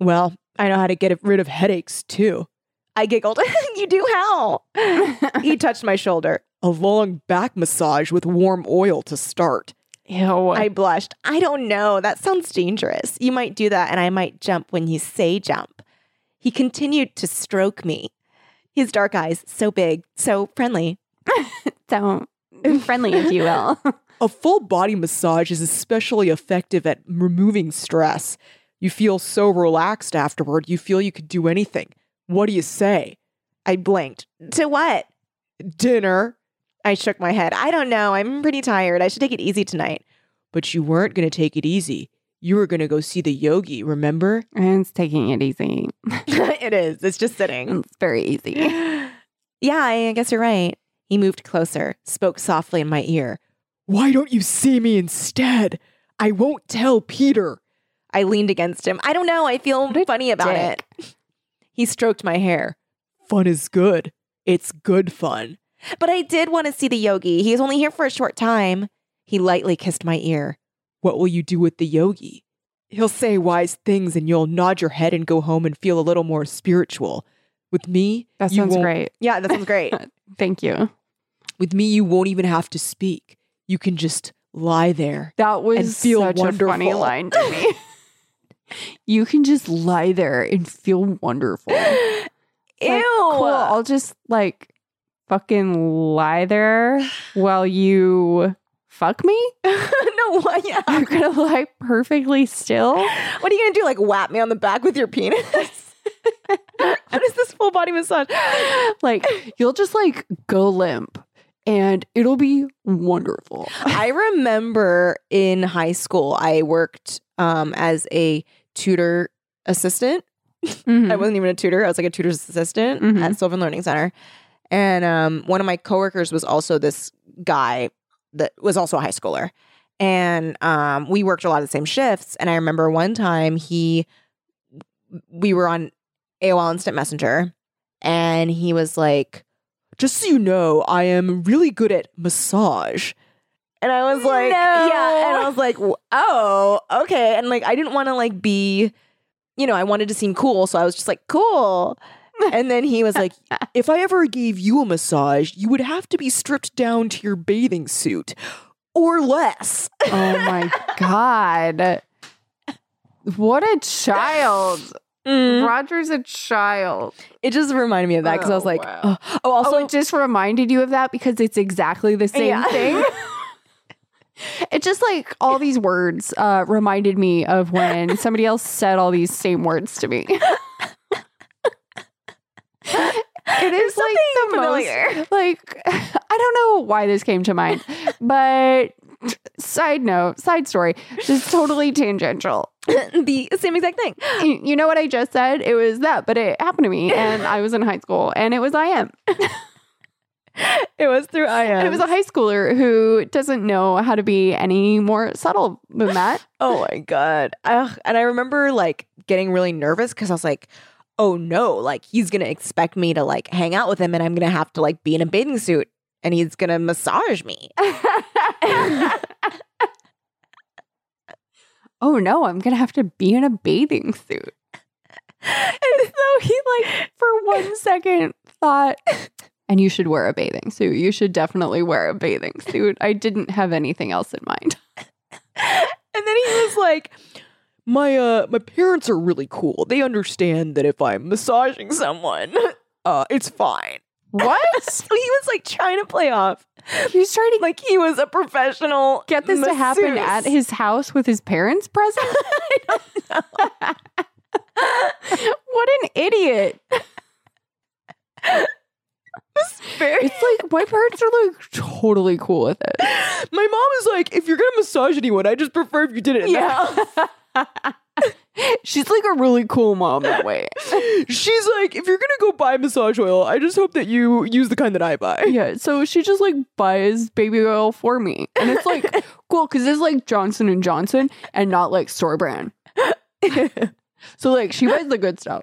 [SPEAKER 2] Well, I know how to get rid of headaches too. I giggled. you do how? he touched my shoulder.
[SPEAKER 7] A long back massage with warm oil to start.
[SPEAKER 3] Ew.
[SPEAKER 2] I blushed. I don't know. That sounds dangerous. You might do that, and I might jump when you say jump. He continued to stroke me. His dark eyes, so big, so friendly.
[SPEAKER 3] Don't. Friendly, if you will.
[SPEAKER 7] a full body massage is especially effective at removing stress. You feel so relaxed afterward, you feel you could do anything. What do you say?
[SPEAKER 2] I blinked. To what?
[SPEAKER 7] Dinner.
[SPEAKER 2] I shook my head. I don't know. I'm pretty tired. I should take it easy tonight.
[SPEAKER 7] But you weren't going to take it easy. You were going to go see the yogi, remember?
[SPEAKER 3] And it's taking it easy.
[SPEAKER 2] it is. It's just sitting.
[SPEAKER 3] It's very easy.
[SPEAKER 2] Yeah, I guess you're right. He moved closer, spoke softly in my ear.
[SPEAKER 7] Why don't you see me instead? I won't tell Peter.
[SPEAKER 2] I leaned against him. I don't know. I feel what funny about dick. it. He stroked my hair.
[SPEAKER 7] Fun is good. It's good fun.
[SPEAKER 2] But I did want to see the yogi. He was only here for a short time. He lightly kissed my ear.
[SPEAKER 7] What will you do with the yogi? He'll say wise things and you'll nod your head and go home and feel a little more spiritual. With me,
[SPEAKER 3] that sounds won't... great.
[SPEAKER 2] Yeah, that sounds great.
[SPEAKER 3] Thank you.
[SPEAKER 7] With me, you won't even have to speak. You can just lie there.
[SPEAKER 3] That was feel such wonderful. a funny line to me. you can just lie there and feel wonderful. Ew.
[SPEAKER 2] Like, cool.
[SPEAKER 3] I'll just like fucking lie there while you fuck me?
[SPEAKER 2] no, why? Yeah.
[SPEAKER 3] You're gonna lie perfectly still?
[SPEAKER 2] What are you gonna do? Like whap me on the back with your penis? what is this full body massage?
[SPEAKER 3] Like you'll just like go limp and it'll be wonderful.
[SPEAKER 2] I remember in high school I worked um, as a tutor assistant. Mm-hmm. I wasn't even a tutor. I was like a tutor's assistant mm-hmm. at Sylvan Learning Center and um, one of my coworkers was also this guy that was also a high schooler and um, we worked a lot of the same shifts and i remember one time he we were on aol instant messenger and he was like
[SPEAKER 7] just so you know i am really good at massage
[SPEAKER 2] and i was like no. yeah and i was like oh okay and like i didn't want to like be you know i wanted to seem cool so i was just like cool and then he was like,
[SPEAKER 7] If I ever gave you a massage, you would have to be stripped down to your bathing suit or less.
[SPEAKER 3] Oh my God. What a child. Mm. Roger's a child.
[SPEAKER 2] It just reminded me of that because oh, I was like, wow. oh. oh, also,
[SPEAKER 3] oh, it just reminded you of that because it's exactly the same yeah. thing. It's just like all these words uh, reminded me of when somebody else said all these same words to me. it is like the familiar. most like I don't know why this came to mind, but side note, side story, just totally tangential.
[SPEAKER 2] the same exact thing.
[SPEAKER 3] You, you know what I just said? It was that, but it happened to me, and I was in high school, and it was I am.
[SPEAKER 2] it was through I am.
[SPEAKER 3] It was a high schooler who doesn't know how to be any more subtle than that.
[SPEAKER 2] oh my god! Ugh. And I remember like getting really nervous because I was like oh no, like he's gonna expect me to like hang out with him and I'm gonna have to like be in a bathing suit and he's gonna massage me.
[SPEAKER 3] oh no, I'm gonna have to be in a bathing suit. And so he like for one second thought and you should wear a bathing suit. You should definitely wear a bathing suit. I didn't have anything else in mind.
[SPEAKER 7] and then he was like my uh my parents are really cool. They understand that if I'm massaging someone, uh it's fine.
[SPEAKER 3] What?
[SPEAKER 2] so he was like trying to play off.
[SPEAKER 3] He was trying to
[SPEAKER 2] like he was a professional.
[SPEAKER 3] Get this masseuse. to happen at his house with his parents present? what an idiot. it's like my parents are like totally cool with it.
[SPEAKER 7] My mom is like, if you're gonna massage anyone, I just prefer if you did it.
[SPEAKER 3] yeah. She's like a really cool mom that way.
[SPEAKER 8] She's like, if you're gonna go buy massage oil, I just hope that you use the kind that I buy.
[SPEAKER 3] Yeah, so she just like buys baby oil for me, and it's like cool because it's like Johnson and Johnson and not like store brand. so like she buys the good stuff,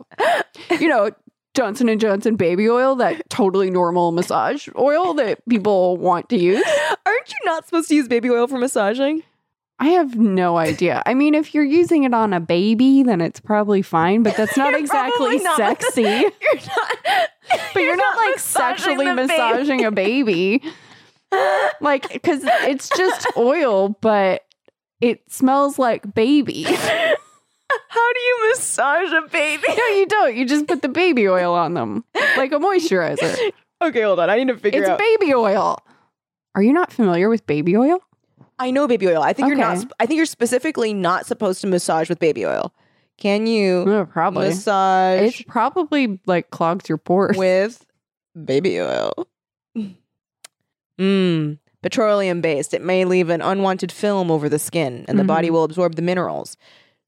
[SPEAKER 3] you know, Johnson and Johnson baby oil, that totally normal massage oil that people want to use.
[SPEAKER 2] Aren't you not supposed to use baby oil for massaging?
[SPEAKER 3] I have no idea. I mean, if you're using it on a baby, then it's probably fine, but that's not
[SPEAKER 2] You're
[SPEAKER 3] exactly
[SPEAKER 2] probably not-
[SPEAKER 3] sexy.
[SPEAKER 2] You're not.
[SPEAKER 3] but you're, not, like
[SPEAKER 2] massaging
[SPEAKER 3] sexually
[SPEAKER 2] the baby.
[SPEAKER 3] massaging a baby. like, because it's just oil, but it smells like baby.
[SPEAKER 2] How do you massage a baby?
[SPEAKER 3] No, you don't. You just put the baby oil on them, like a moisturizer.
[SPEAKER 8] Okay, hold on. I need to figure
[SPEAKER 3] It's
[SPEAKER 8] out.
[SPEAKER 3] baby oil. Are you not familiar with baby oil?
[SPEAKER 2] I know baby oil. I think you're not.
[SPEAKER 3] Okay.
[SPEAKER 2] sp- I think you're specifically not supposed to massage with baby oil. Can you
[SPEAKER 8] Mm,
[SPEAKER 3] No, probably.
[SPEAKER 2] massage
[SPEAKER 3] It probably like clogs your pores.
[SPEAKER 2] with baby oil? Mmm. Petroleum based. It may leave an unwanted film over the skin, and the
[SPEAKER 8] Mm-hmm.
[SPEAKER 2] body will absorb the minerals.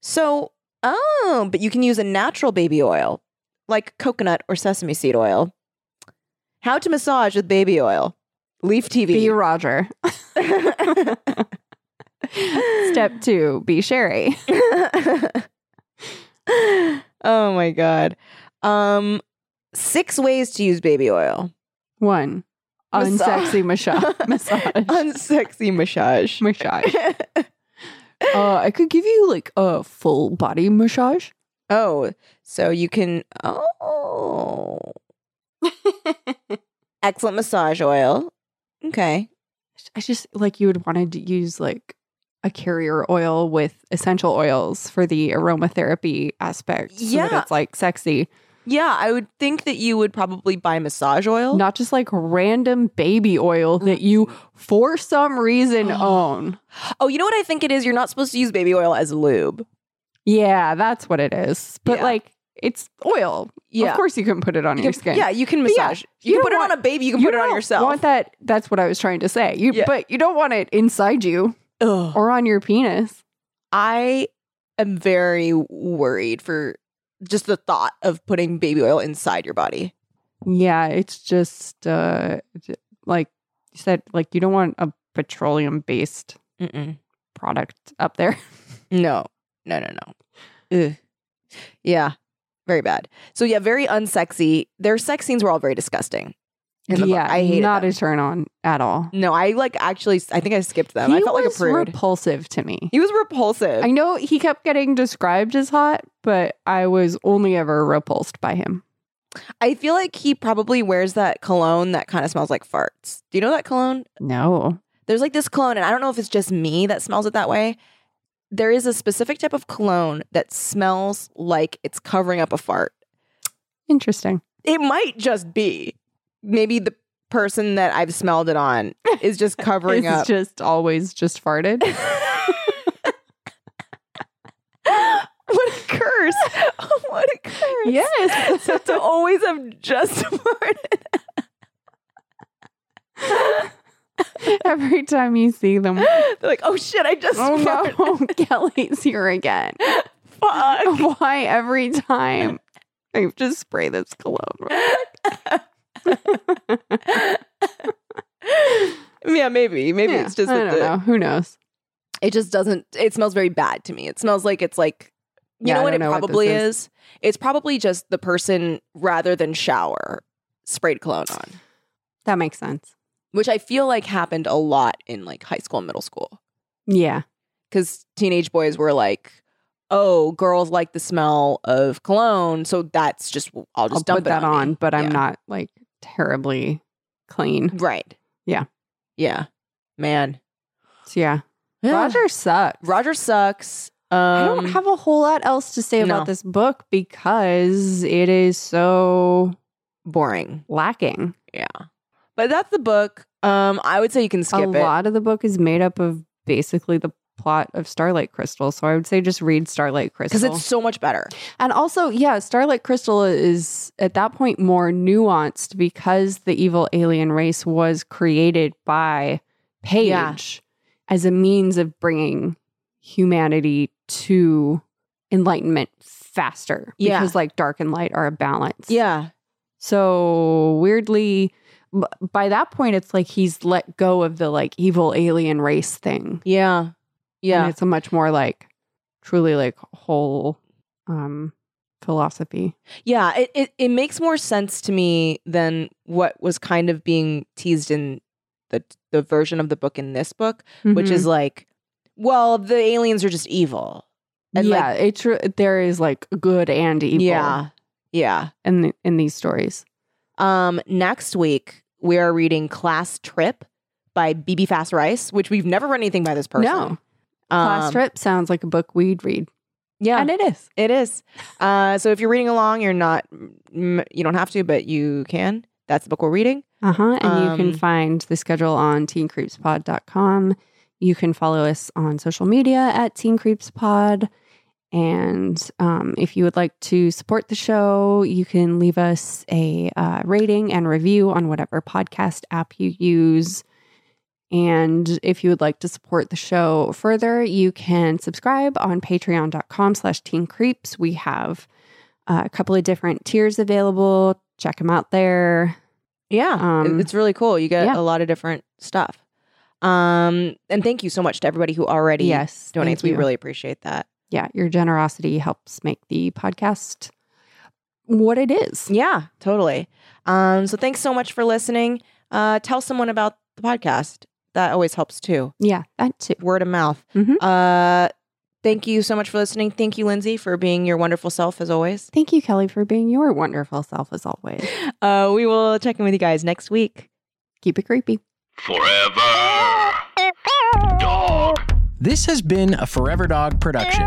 [SPEAKER 2] So, oh, but you can use a natural baby oil, like coconut or sesame seed oil. How to massage with baby oil? Leaf TV.
[SPEAKER 3] be Roger. Step two, be Sherry.
[SPEAKER 2] oh my god. Um six ways to use baby oil.
[SPEAKER 3] One, unsexy massage. massage.
[SPEAKER 2] Unsexy massage.
[SPEAKER 3] massage. Uh, I could give you like a full body massage.
[SPEAKER 2] oh, so you can oh. Excellent massage oil. Okay.
[SPEAKER 3] I just like you would want to use like a carrier oil with essential oils for the aromatherapy aspect. so that
[SPEAKER 2] Yeah.
[SPEAKER 3] it's like sexy,
[SPEAKER 2] Yeah, I would think that you would probably buy massage oil.
[SPEAKER 3] not just like random baby oil that you for some reason own.
[SPEAKER 2] Oh, you know what I think it is? You're not supposed to use baby oil as lube.
[SPEAKER 3] Yeah, that's what it is. But
[SPEAKER 2] Yeah.
[SPEAKER 3] like it's oil.
[SPEAKER 2] Yeah.
[SPEAKER 3] Of course you can put it on
[SPEAKER 2] You
[SPEAKER 3] your
[SPEAKER 2] can-
[SPEAKER 3] skin.
[SPEAKER 2] Yeah, you can
[SPEAKER 3] But yeah,
[SPEAKER 2] massage.
[SPEAKER 3] you
[SPEAKER 2] you, can
[SPEAKER 3] don't
[SPEAKER 2] put
[SPEAKER 3] want-
[SPEAKER 2] it on a baby, you can put it on
[SPEAKER 3] don't
[SPEAKER 2] yourself.
[SPEAKER 3] Want that that's what I was trying to say. You
[SPEAKER 2] Yeah.
[SPEAKER 3] but you don't want it inside you
[SPEAKER 2] Ugh.
[SPEAKER 3] or on your penis.
[SPEAKER 2] I am very worried for just the thought of putting baby oil inside your body.
[SPEAKER 3] Yeah, it's just uh j- like you said like you don't want a petroleum based
[SPEAKER 2] Mm-mm.
[SPEAKER 3] product up there.
[SPEAKER 2] No, no, no, no. Ugh. Yeah, very bad. So yeah, very unsexy. Their sex scenes were all very disgusting. in the book.
[SPEAKER 3] yeah,
[SPEAKER 2] I hated
[SPEAKER 3] not
[SPEAKER 2] them.
[SPEAKER 3] a turn on at all.
[SPEAKER 2] No, I like actually. I think I skipped them.
[SPEAKER 3] he
[SPEAKER 2] I felt like a
[SPEAKER 3] was
[SPEAKER 2] prude.
[SPEAKER 3] repulsive to me.
[SPEAKER 2] he was repulsive.
[SPEAKER 3] I know he kept getting described as hot, but I was only ever repulsed by him.
[SPEAKER 2] I feel like he probably wears that cologne that kind of smells like farts. Do you know that cologne?
[SPEAKER 3] No.
[SPEAKER 2] there's like this cologne, and I don't know if it's just me that smells it that way. There is a specific type of cologne that smells like it's covering up a fart.
[SPEAKER 3] Interesting.
[SPEAKER 2] It might just be maybe the person that I've smelled it on is just covering
[SPEAKER 3] It's
[SPEAKER 2] up.
[SPEAKER 3] just always just farted.
[SPEAKER 2] what a curse! what a curse!
[SPEAKER 3] yes.
[SPEAKER 2] So to always have just farted.
[SPEAKER 3] Every time you see them.
[SPEAKER 2] They're like, oh shit, I just
[SPEAKER 3] Oh
[SPEAKER 2] farted.
[SPEAKER 3] no, Kelly's here again.
[SPEAKER 2] Fuck.
[SPEAKER 3] Why every time? I just spray this cologne.
[SPEAKER 2] yeah, maybe, maybe it's just
[SPEAKER 3] I
[SPEAKER 2] that
[SPEAKER 3] don't
[SPEAKER 2] the-
[SPEAKER 3] know. Who knows?
[SPEAKER 2] it just doesn't it smells very bad to me it smells like it's like you
[SPEAKER 3] Yeah, I
[SPEAKER 2] know what
[SPEAKER 3] don't
[SPEAKER 2] it
[SPEAKER 3] know what this
[SPEAKER 2] probably
[SPEAKER 3] is.
[SPEAKER 2] is? it's probably just the person rather than shower sprayed cologne on
[SPEAKER 3] That makes sense.
[SPEAKER 2] which i feel like happened a lot in like high school and middle school
[SPEAKER 3] Yeah.
[SPEAKER 2] because teenage boys were like oh girls like the smell of cologne so that's just i'll
[SPEAKER 3] I'll
[SPEAKER 2] just dump
[SPEAKER 3] put
[SPEAKER 2] it
[SPEAKER 3] that
[SPEAKER 2] me."
[SPEAKER 3] on, but I'm
[SPEAKER 2] Yeah.
[SPEAKER 3] not like terribly clean.
[SPEAKER 2] right
[SPEAKER 3] Yeah.
[SPEAKER 2] yeah man
[SPEAKER 3] So yeah. Roger sucks.
[SPEAKER 2] roger sucks um
[SPEAKER 3] I don't have a whole lot else to say
[SPEAKER 2] no.
[SPEAKER 3] about this book because it is so
[SPEAKER 2] boring
[SPEAKER 3] lacking.
[SPEAKER 2] but that's the book um i would say you can skip
[SPEAKER 3] a
[SPEAKER 2] it
[SPEAKER 3] lot of the book is made up of basically the plot of Starlight Crystal. So I would say just read Starlight Crystal.
[SPEAKER 2] because it's so much better.
[SPEAKER 3] and also, yeah, Starlight Crystal is at that point more nuanced because the evil alien race was created by Paige
[SPEAKER 2] Yeah.
[SPEAKER 3] as a means of bringing humanity to enlightenment faster
[SPEAKER 2] Yeah.
[SPEAKER 3] because like dark and light are a balance.
[SPEAKER 2] Yeah.
[SPEAKER 3] So weirdly, b- by that point, it's like he's let go of the like evil alien race thing.
[SPEAKER 2] Yeah. Yeah.
[SPEAKER 3] And it's a much more like truly like whole um philosophy.
[SPEAKER 2] Yeah, it, it, it makes more sense to me than what was kind of being teased in the the version of the book in this book, which is uh,
[SPEAKER 3] Mhm.
[SPEAKER 2] like, well, the aliens are just evil. And
[SPEAKER 3] yeah,
[SPEAKER 2] like,
[SPEAKER 3] it tr- there is like good and evil.
[SPEAKER 2] Yeah. yeah.
[SPEAKER 3] In the, in these stories.
[SPEAKER 2] Um, next week we are reading Class Trip by BB Fast Rice, which we've never read anything by this person.
[SPEAKER 3] No. Class
[SPEAKER 2] Um,
[SPEAKER 3] trip sounds like a book we'd read.
[SPEAKER 2] Yeah,
[SPEAKER 3] And it is.
[SPEAKER 2] It is. Uh, so if you're reading along, you're not, mm, you don't have to, but you can. That's the book we're reading.
[SPEAKER 3] Uh huh. And you
[SPEAKER 2] Um,
[SPEAKER 3] can find the schedule on teencreepspod.com. You can follow us on social media at Teen Creeps Pod. And um, if you would like to support the show, you can leave us a uh, rating and review on whatever podcast app you use. And if you would like to support the show further, you can subscribe on patreon.com slash teen creeps. We have uh, a couple of different tiers available. Check them out there.
[SPEAKER 2] Yeah, it-
[SPEAKER 3] Um,
[SPEAKER 2] it's really cool. You get
[SPEAKER 3] yeah.
[SPEAKER 2] a lot of different stuff. Um, and thank you so much to everybody who already
[SPEAKER 3] Yes, thank
[SPEAKER 2] donates. We
[SPEAKER 3] you.
[SPEAKER 2] really appreciate that.
[SPEAKER 3] yeah, your generosity helps make the podcast what it is.
[SPEAKER 2] Yeah, totally. Um, so thanks so much for listening. Uh, tell someone about the podcast. That always helps too.
[SPEAKER 3] Yeah, that too.
[SPEAKER 2] Word of mouth.
[SPEAKER 3] Mhm.
[SPEAKER 2] Uh, thank you so much for listening. Thank you, Lindsay, for being your wonderful self as always.
[SPEAKER 3] Thank you, Kelly, for being your wonderful self as always.
[SPEAKER 2] Uh, we will check in with you guys next week.
[SPEAKER 3] Keep it creepy.
[SPEAKER 1] Forever. Dog.
[SPEAKER 9] This has been a Forever Dog production.